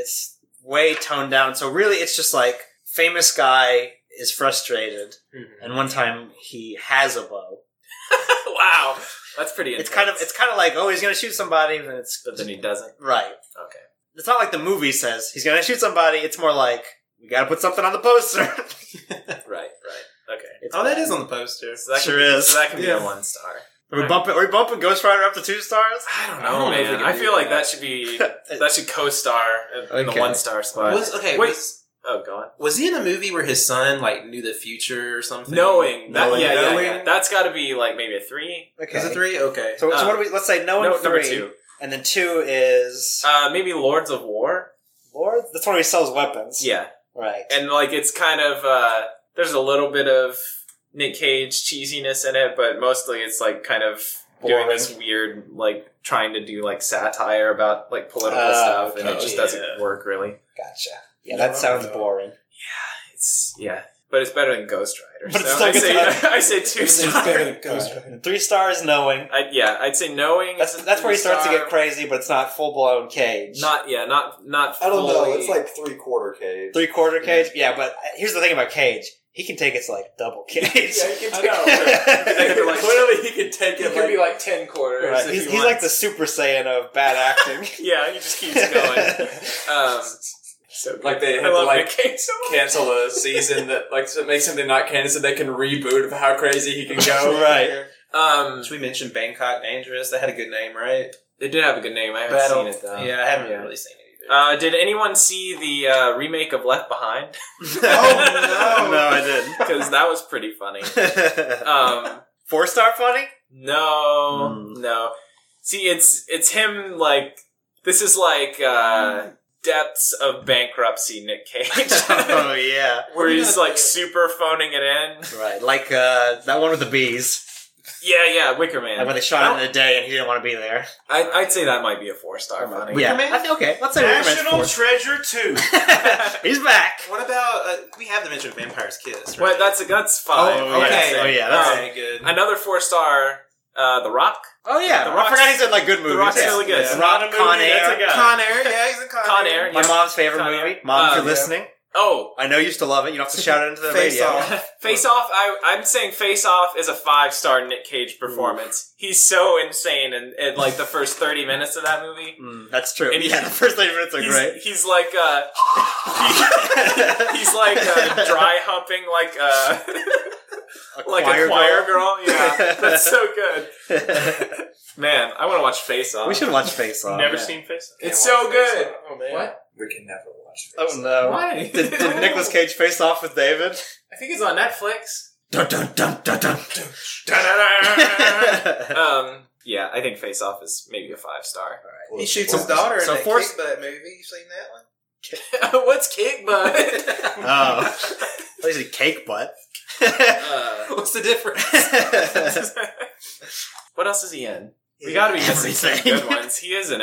Speaker 7: it's way toned down. So really, it's just like famous guy is frustrated,
Speaker 8: Mm-hmm.
Speaker 7: and one time he has a bow.
Speaker 8: wow, that's pretty. Intense.
Speaker 7: It's kind of it's kind of like oh he's gonna shoot somebody, and it's
Speaker 8: but then he doesn't.
Speaker 7: right.
Speaker 8: Okay.
Speaker 7: It's not like the movie says he's gonna shoot somebody. It's more like we gotta put something on the poster.
Speaker 8: Right, right. Okay.
Speaker 7: It's
Speaker 5: Oh, that
Speaker 7: bad.
Speaker 5: is on the poster.
Speaker 8: So that
Speaker 7: sure
Speaker 8: can,
Speaker 7: is.
Speaker 8: So that can be
Speaker 5: Yeah.
Speaker 8: a one star.
Speaker 7: Are we bumping? Are we bumping Ghost Rider up to two stars?
Speaker 8: I don't
Speaker 6: I
Speaker 8: know,
Speaker 6: don't know if we
Speaker 8: man.
Speaker 6: can
Speaker 8: I
Speaker 6: do
Speaker 8: feel like
Speaker 6: that.
Speaker 8: that should be that should co-star in, in the
Speaker 7: Okay.
Speaker 8: one star spot.
Speaker 5: Was, okay,
Speaker 8: Wait.
Speaker 5: was,
Speaker 8: Oh god,
Speaker 5: Was he in a movie where his son like knew the future or something?
Speaker 8: knowing that,
Speaker 5: Knowing,
Speaker 8: yeah, yeah,
Speaker 5: knowing?
Speaker 8: yeah. that's got to be like maybe a three.
Speaker 7: Okay.
Speaker 5: Is it three? Okay.
Speaker 7: So, so
Speaker 8: Uh,
Speaker 7: what do we? Let's say no,
Speaker 8: No,
Speaker 7: and
Speaker 8: number
Speaker 7: three,
Speaker 8: two.
Speaker 7: and then two is
Speaker 8: Uh, maybe Lords of War.
Speaker 7: Lord. That's where he sells weapons.
Speaker 8: Yeah,
Speaker 7: Right.
Speaker 8: and like it's kind of uh, there's a little bit of Nick Cage cheesiness in it, but mostly it's like kind of doing
Speaker 7: Boring.
Speaker 8: this weird like trying to do like satire about like political
Speaker 7: Ah,
Speaker 8: stuff, and it
Speaker 7: okay.
Speaker 8: just
Speaker 3: Yeah.
Speaker 8: doesn't work really.
Speaker 7: Gotcha. Yeah, that sounds boring.
Speaker 8: It's yeah, but it's better than Ghost Rider.
Speaker 7: But it's
Speaker 8: so
Speaker 7: still
Speaker 8: I
Speaker 7: good
Speaker 8: say
Speaker 7: time.
Speaker 8: I say two stars.
Speaker 7: Three stars, knowing.
Speaker 8: I, yeah, I'd say knowing.
Speaker 7: That's
Speaker 8: is a
Speaker 7: that's where he starts to get
Speaker 8: three-star.
Speaker 7: crazy, but it's not full blown cage.
Speaker 8: Not yeah, not not.
Speaker 6: I don't know.
Speaker 8: fully-
Speaker 6: It's like three quarter cage.
Speaker 7: three quarter cage. Yeah, but uh, here's the thing about cage. He can take it to like double cage.
Speaker 6: Yeah, you can
Speaker 8: I
Speaker 6: take
Speaker 8: know.
Speaker 6: it. Clearly, he can take
Speaker 8: It
Speaker 6: it.
Speaker 8: could
Speaker 6: Like,
Speaker 8: be like ten quarters.
Speaker 7: Right.
Speaker 8: if
Speaker 7: He's,
Speaker 8: he
Speaker 7: he's like the
Speaker 8: wants.
Speaker 7: super saiyan of bad acting.
Speaker 8: yeah. He just keeps going. Um, so good.
Speaker 6: like they
Speaker 8: I
Speaker 6: had to
Speaker 8: love
Speaker 6: like
Speaker 8: Nick Cage so much.
Speaker 6: cancel a season that like so it makes something not canon so they can reboot of how crazy he can go.
Speaker 7: Right.
Speaker 8: Um,
Speaker 5: Should we mention Bangkok Dangerous? They had a good name, right?
Speaker 8: they did have a good name. I haven't
Speaker 5: Battle-
Speaker 8: seen it though.
Speaker 5: yeah, I haven't
Speaker 8: yeah.
Speaker 5: really seen it either.
Speaker 8: Uh, did anyone see the uh, remake of Left Behind?
Speaker 7: oh no, I didn't.
Speaker 8: Because that was pretty funny. Um,
Speaker 7: Four star funny?
Speaker 8: No, no. See, it's it's him like this is like uh depths of bankruptcy Nick Cage.
Speaker 7: oh yeah.
Speaker 8: Where he's like super phoning it in.
Speaker 7: Right. Like uh, that one with the bees.
Speaker 8: Yeah, yeah, Wicker
Speaker 7: Like when
Speaker 8: Man.
Speaker 7: they shot him in a day and he didn't want to be there.
Speaker 8: I, I'd say that might be a four star funny.
Speaker 7: yeah. I think- okay, let's say
Speaker 4: National
Speaker 7: National
Speaker 4: Treasure 2.
Speaker 7: He's back.
Speaker 5: what about uh, we have the mention of Vampire's Kiss? Right?
Speaker 8: But that's that's five.
Speaker 7: Oh, yeah.
Speaker 8: I'd say.
Speaker 7: Oh, yeah, that's-
Speaker 8: Um,
Speaker 5: Very good.
Speaker 8: another four star. Uh, the Rock,
Speaker 7: Oh yeah, I
Speaker 8: The
Speaker 7: forgot
Speaker 8: Rock's-
Speaker 7: he's in like good movies.
Speaker 8: The Rock's
Speaker 7: Yeah.
Speaker 8: really good.
Speaker 7: Yeah.
Speaker 8: It's
Speaker 7: Rock,
Speaker 3: not a
Speaker 7: Con
Speaker 3: movie, that's
Speaker 7: Air.
Speaker 3: a guy.
Speaker 5: Con Air, yeah, he's a Con,
Speaker 8: Con Air.
Speaker 7: My
Speaker 8: yeah.
Speaker 7: mom's favorite
Speaker 8: Con Air.
Speaker 7: movie. Mom, if
Speaker 8: Um,
Speaker 7: you're listening,
Speaker 8: Oh,
Speaker 7: I know you used to love it. You don't have to shout it into the
Speaker 5: Face
Speaker 7: radio.
Speaker 5: Off.
Speaker 8: Face Off. I, I'm saying Face Off is a five star Nick Cage performance. He's so insane in, in like the first 30 minutes of that movie.
Speaker 7: Mm, that's true.
Speaker 8: And he-
Speaker 7: yeah, the first thirty minutes are
Speaker 8: he's,
Speaker 7: great.
Speaker 8: he's like uh, he- he's like uh, dry humping like uh, like a choir girl. Yeah, that's so good, man. I want to watch Face Off.
Speaker 7: we should watch Face Off.
Speaker 3: Never seen Face Off.
Speaker 8: It's so good.
Speaker 5: Oh man.
Speaker 8: What?
Speaker 6: We can never watch. This.
Speaker 7: Oh no!
Speaker 8: Why?
Speaker 7: Did, did Nicolas Cage face off with David?
Speaker 8: I think it's on Netflix.
Speaker 7: Dun dun dun dun dun.
Speaker 8: um, yeah, I think Face Off is maybe a five star.
Speaker 5: He shoots his daughter
Speaker 7: So
Speaker 5: in that
Speaker 7: force-
Speaker 5: kickbutt movie. You seen that one?
Speaker 8: What's kick butt?
Speaker 7: oh, at least a cake butt.
Speaker 8: Uh,
Speaker 5: What's the difference?
Speaker 8: what else is he in? We got to be missing some
Speaker 7: Everything.
Speaker 8: good ones. He is in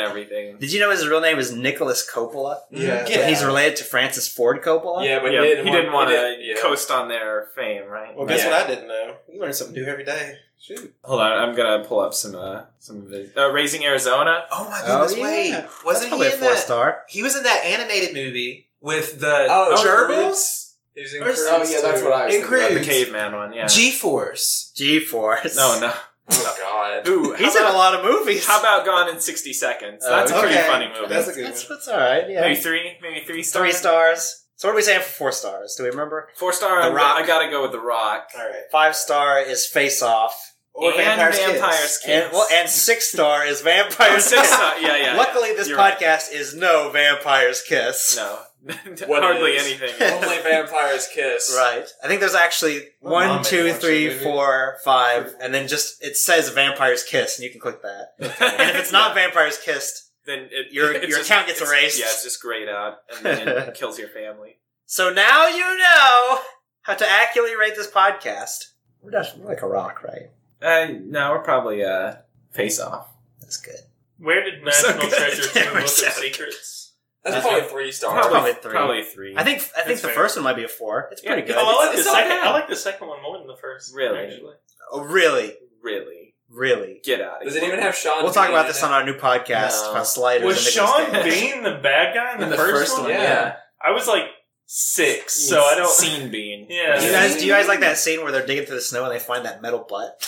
Speaker 8: everything.
Speaker 7: Did you know his real name is Nicholas Coppola?
Speaker 6: Yeah.
Speaker 7: But he's related to Francis Ford Coppola.
Speaker 6: Yeah, but
Speaker 8: yeah,
Speaker 6: he didn't,
Speaker 8: want
Speaker 6: he
Speaker 8: to
Speaker 6: didn't- yeah.
Speaker 8: coast on their fame, right?
Speaker 5: well, guess
Speaker 7: Yeah.
Speaker 5: what I didn't know. You learn something new every day. Shoot.
Speaker 8: Hold on, I'm gonna pull up some uh, some of his uh, Raising Arizona.
Speaker 5: Oh my
Speaker 7: Oh,
Speaker 5: goodness!
Speaker 7: yeah.
Speaker 5: Wait,
Speaker 7: That's
Speaker 5: wasn't he
Speaker 7: probably a
Speaker 5: in
Speaker 7: four
Speaker 5: that?
Speaker 7: star.
Speaker 5: He was in that animated movie with the
Speaker 6: Oh,
Speaker 5: gerbils
Speaker 6: He was in
Speaker 5: Or-
Speaker 6: Cruise,
Speaker 5: oh, yeah, that's
Speaker 6: too.
Speaker 5: what I was
Speaker 6: In
Speaker 5: thinking about.
Speaker 8: The
Speaker 5: Dudes.
Speaker 8: caveman one, yeah.
Speaker 5: G-force.
Speaker 7: G Force.
Speaker 8: no, no.
Speaker 6: Oh god.
Speaker 8: Ooh, how,
Speaker 7: He's in a
Speaker 8: about,
Speaker 7: lot of movies.
Speaker 8: how about Gone in 60 Seconds?
Speaker 7: Oh,
Speaker 8: That's a pretty
Speaker 5: okay.
Speaker 8: funny movie.
Speaker 5: That's a good
Speaker 7: That's, that's all right. Yeah,
Speaker 8: Maybe three, maybe three stars.
Speaker 7: three stars. So what are we saying for four stars? Do we remember?
Speaker 8: Four star.
Speaker 7: The
Speaker 8: I'm-
Speaker 7: Rock.
Speaker 8: I gotta go with The Rock.
Speaker 5: one. All right.
Speaker 7: Five star is Face Off,
Speaker 8: and Vampire's, Kiss.
Speaker 7: and well, and six star is
Speaker 8: Oh,
Speaker 7: Vampire's
Speaker 8: six
Speaker 7: Kiss.
Speaker 8: star. Yeah, yeah.
Speaker 7: Luckily, this
Speaker 8: You're right.
Speaker 7: podcast is no Vampire's Kiss.
Speaker 8: No,
Speaker 6: What
Speaker 8: hardly
Speaker 6: is-
Speaker 8: anything.
Speaker 6: Only vampires kiss.
Speaker 7: Right. I think there's actually
Speaker 5: My
Speaker 7: one,
Speaker 5: mom made me
Speaker 7: two,
Speaker 5: watch
Speaker 7: three,
Speaker 5: that movie.
Speaker 7: four, five, and then just it says Vampire's Kiss, and you can click that. And if it's not Vampire's Kissed,
Speaker 8: then it,
Speaker 7: Your-
Speaker 8: it's
Speaker 7: your
Speaker 8: just-
Speaker 7: account gets
Speaker 8: it's-
Speaker 7: erased.
Speaker 8: Yeah, it's just grayed out, and then it kills your family.
Speaker 7: so now you know how to accurately rate this podcast. We're not we're like a rock, right?
Speaker 8: Uh, no, we're probably uh, face off.
Speaker 7: That's good.
Speaker 3: Where did
Speaker 8: so
Speaker 3: National
Speaker 8: good.
Speaker 3: Treasure 2
Speaker 7: We're
Speaker 3: Book of
Speaker 7: so
Speaker 3: Secrets?
Speaker 6: That's
Speaker 7: That's
Speaker 6: probably three stars.
Speaker 7: Probably three.
Speaker 8: Probably three.
Speaker 7: I think I think
Speaker 3: That's
Speaker 7: the
Speaker 3: fair.
Speaker 7: first one might be a four. It's
Speaker 8: Yeah,
Speaker 7: pretty
Speaker 8: it's
Speaker 7: good.
Speaker 8: a
Speaker 3: Oh, I like the
Speaker 8: It's not
Speaker 3: second.
Speaker 8: bad.
Speaker 3: I like the second one more than the first.
Speaker 8: Really?
Speaker 3: actually.
Speaker 7: Oh, really?
Speaker 8: really
Speaker 7: Really?
Speaker 8: get out of
Speaker 6: Does
Speaker 8: here.
Speaker 6: it even have Sean?
Speaker 7: We'll talk
Speaker 6: Bean
Speaker 7: about
Speaker 6: in
Speaker 7: this
Speaker 6: it?
Speaker 7: on our new podcast
Speaker 8: No.
Speaker 7: about sliders.
Speaker 3: Was
Speaker 7: and
Speaker 3: Sean
Speaker 7: Nicolas Cage.
Speaker 3: Bean the bad guy in the, first, one?
Speaker 6: Yeah.
Speaker 3: I was like six, so I don't.
Speaker 8: Scene bean.
Speaker 3: Yeah.
Speaker 7: Do you guys do you guys like that scene where they're digging through the snow and they find that metal butt?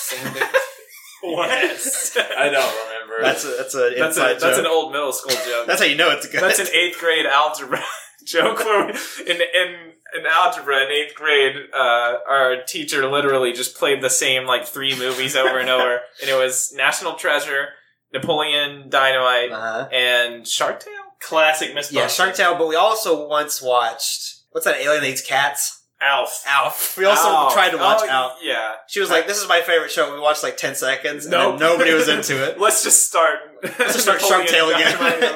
Speaker 3: What?
Speaker 6: I don't remember.
Speaker 7: that's a, that's a
Speaker 8: That's
Speaker 7: inside
Speaker 8: a, that's an
Speaker 7: joke.
Speaker 8: old middle school joke.
Speaker 7: that's how you know it's good.
Speaker 8: That's an eighth grade algebra joke where we, in in in algebra in eighth grade, uh, our teacher literally just played the same like three movies over and over, and it was National Treasure, Napoleon Dynamite,
Speaker 7: uh-huh.
Speaker 8: and Shark Tale.
Speaker 3: Classic Miss.
Speaker 7: Yeah,
Speaker 3: Thompson.
Speaker 7: Shark Tale. But we also once watched. What's that alien that eats cats?
Speaker 3: Alf.
Speaker 7: Alf. We also
Speaker 8: Ow.
Speaker 7: tried to watch
Speaker 8: Oh,
Speaker 7: Alf.
Speaker 8: Yeah.
Speaker 7: She was like, "This is my favorite show." We watched like ten seconds, and
Speaker 3: Nope.
Speaker 7: then nobody was into it.
Speaker 8: Let's just start.
Speaker 7: Let's just start Shark Tale again.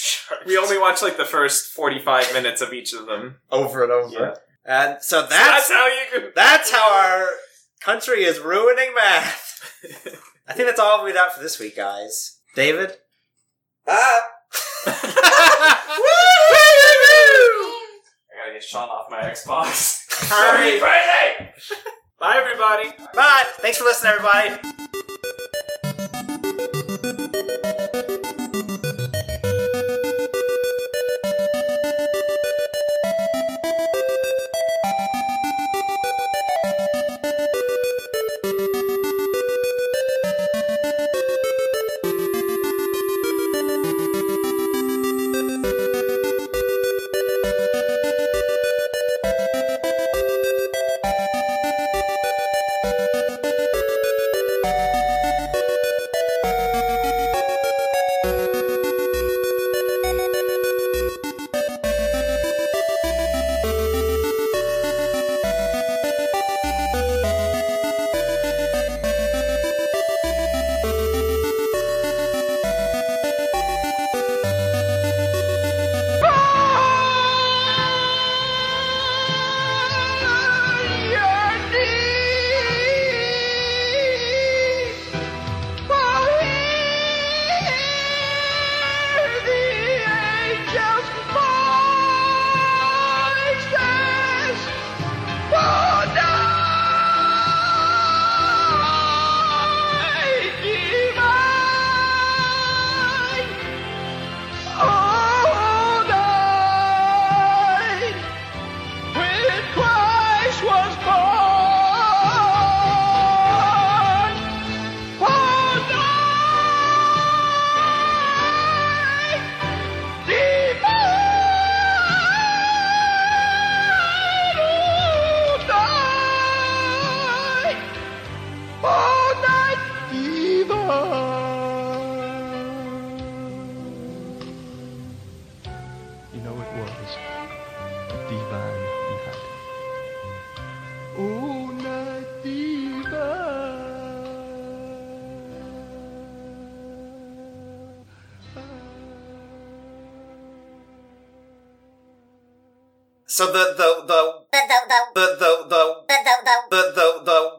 Speaker 8: we only watch like the first 45 minutes of each of them.
Speaker 7: over and over.
Speaker 8: Yeah.
Speaker 7: And so
Speaker 8: So that's
Speaker 7: that's
Speaker 8: how you can.
Speaker 7: that's how our country is ruining math. I think that's all we got for this week, guys. David.
Speaker 6: Ah,
Speaker 8: I gotta get Sean off my Xbox.
Speaker 7: Hurry.
Speaker 8: Friday! Bye, everybody.
Speaker 7: Bye. Thanks for listening, everybody.
Speaker 9: You know it was divine night. Oh, night
Speaker 7: So the the the the the the the the the the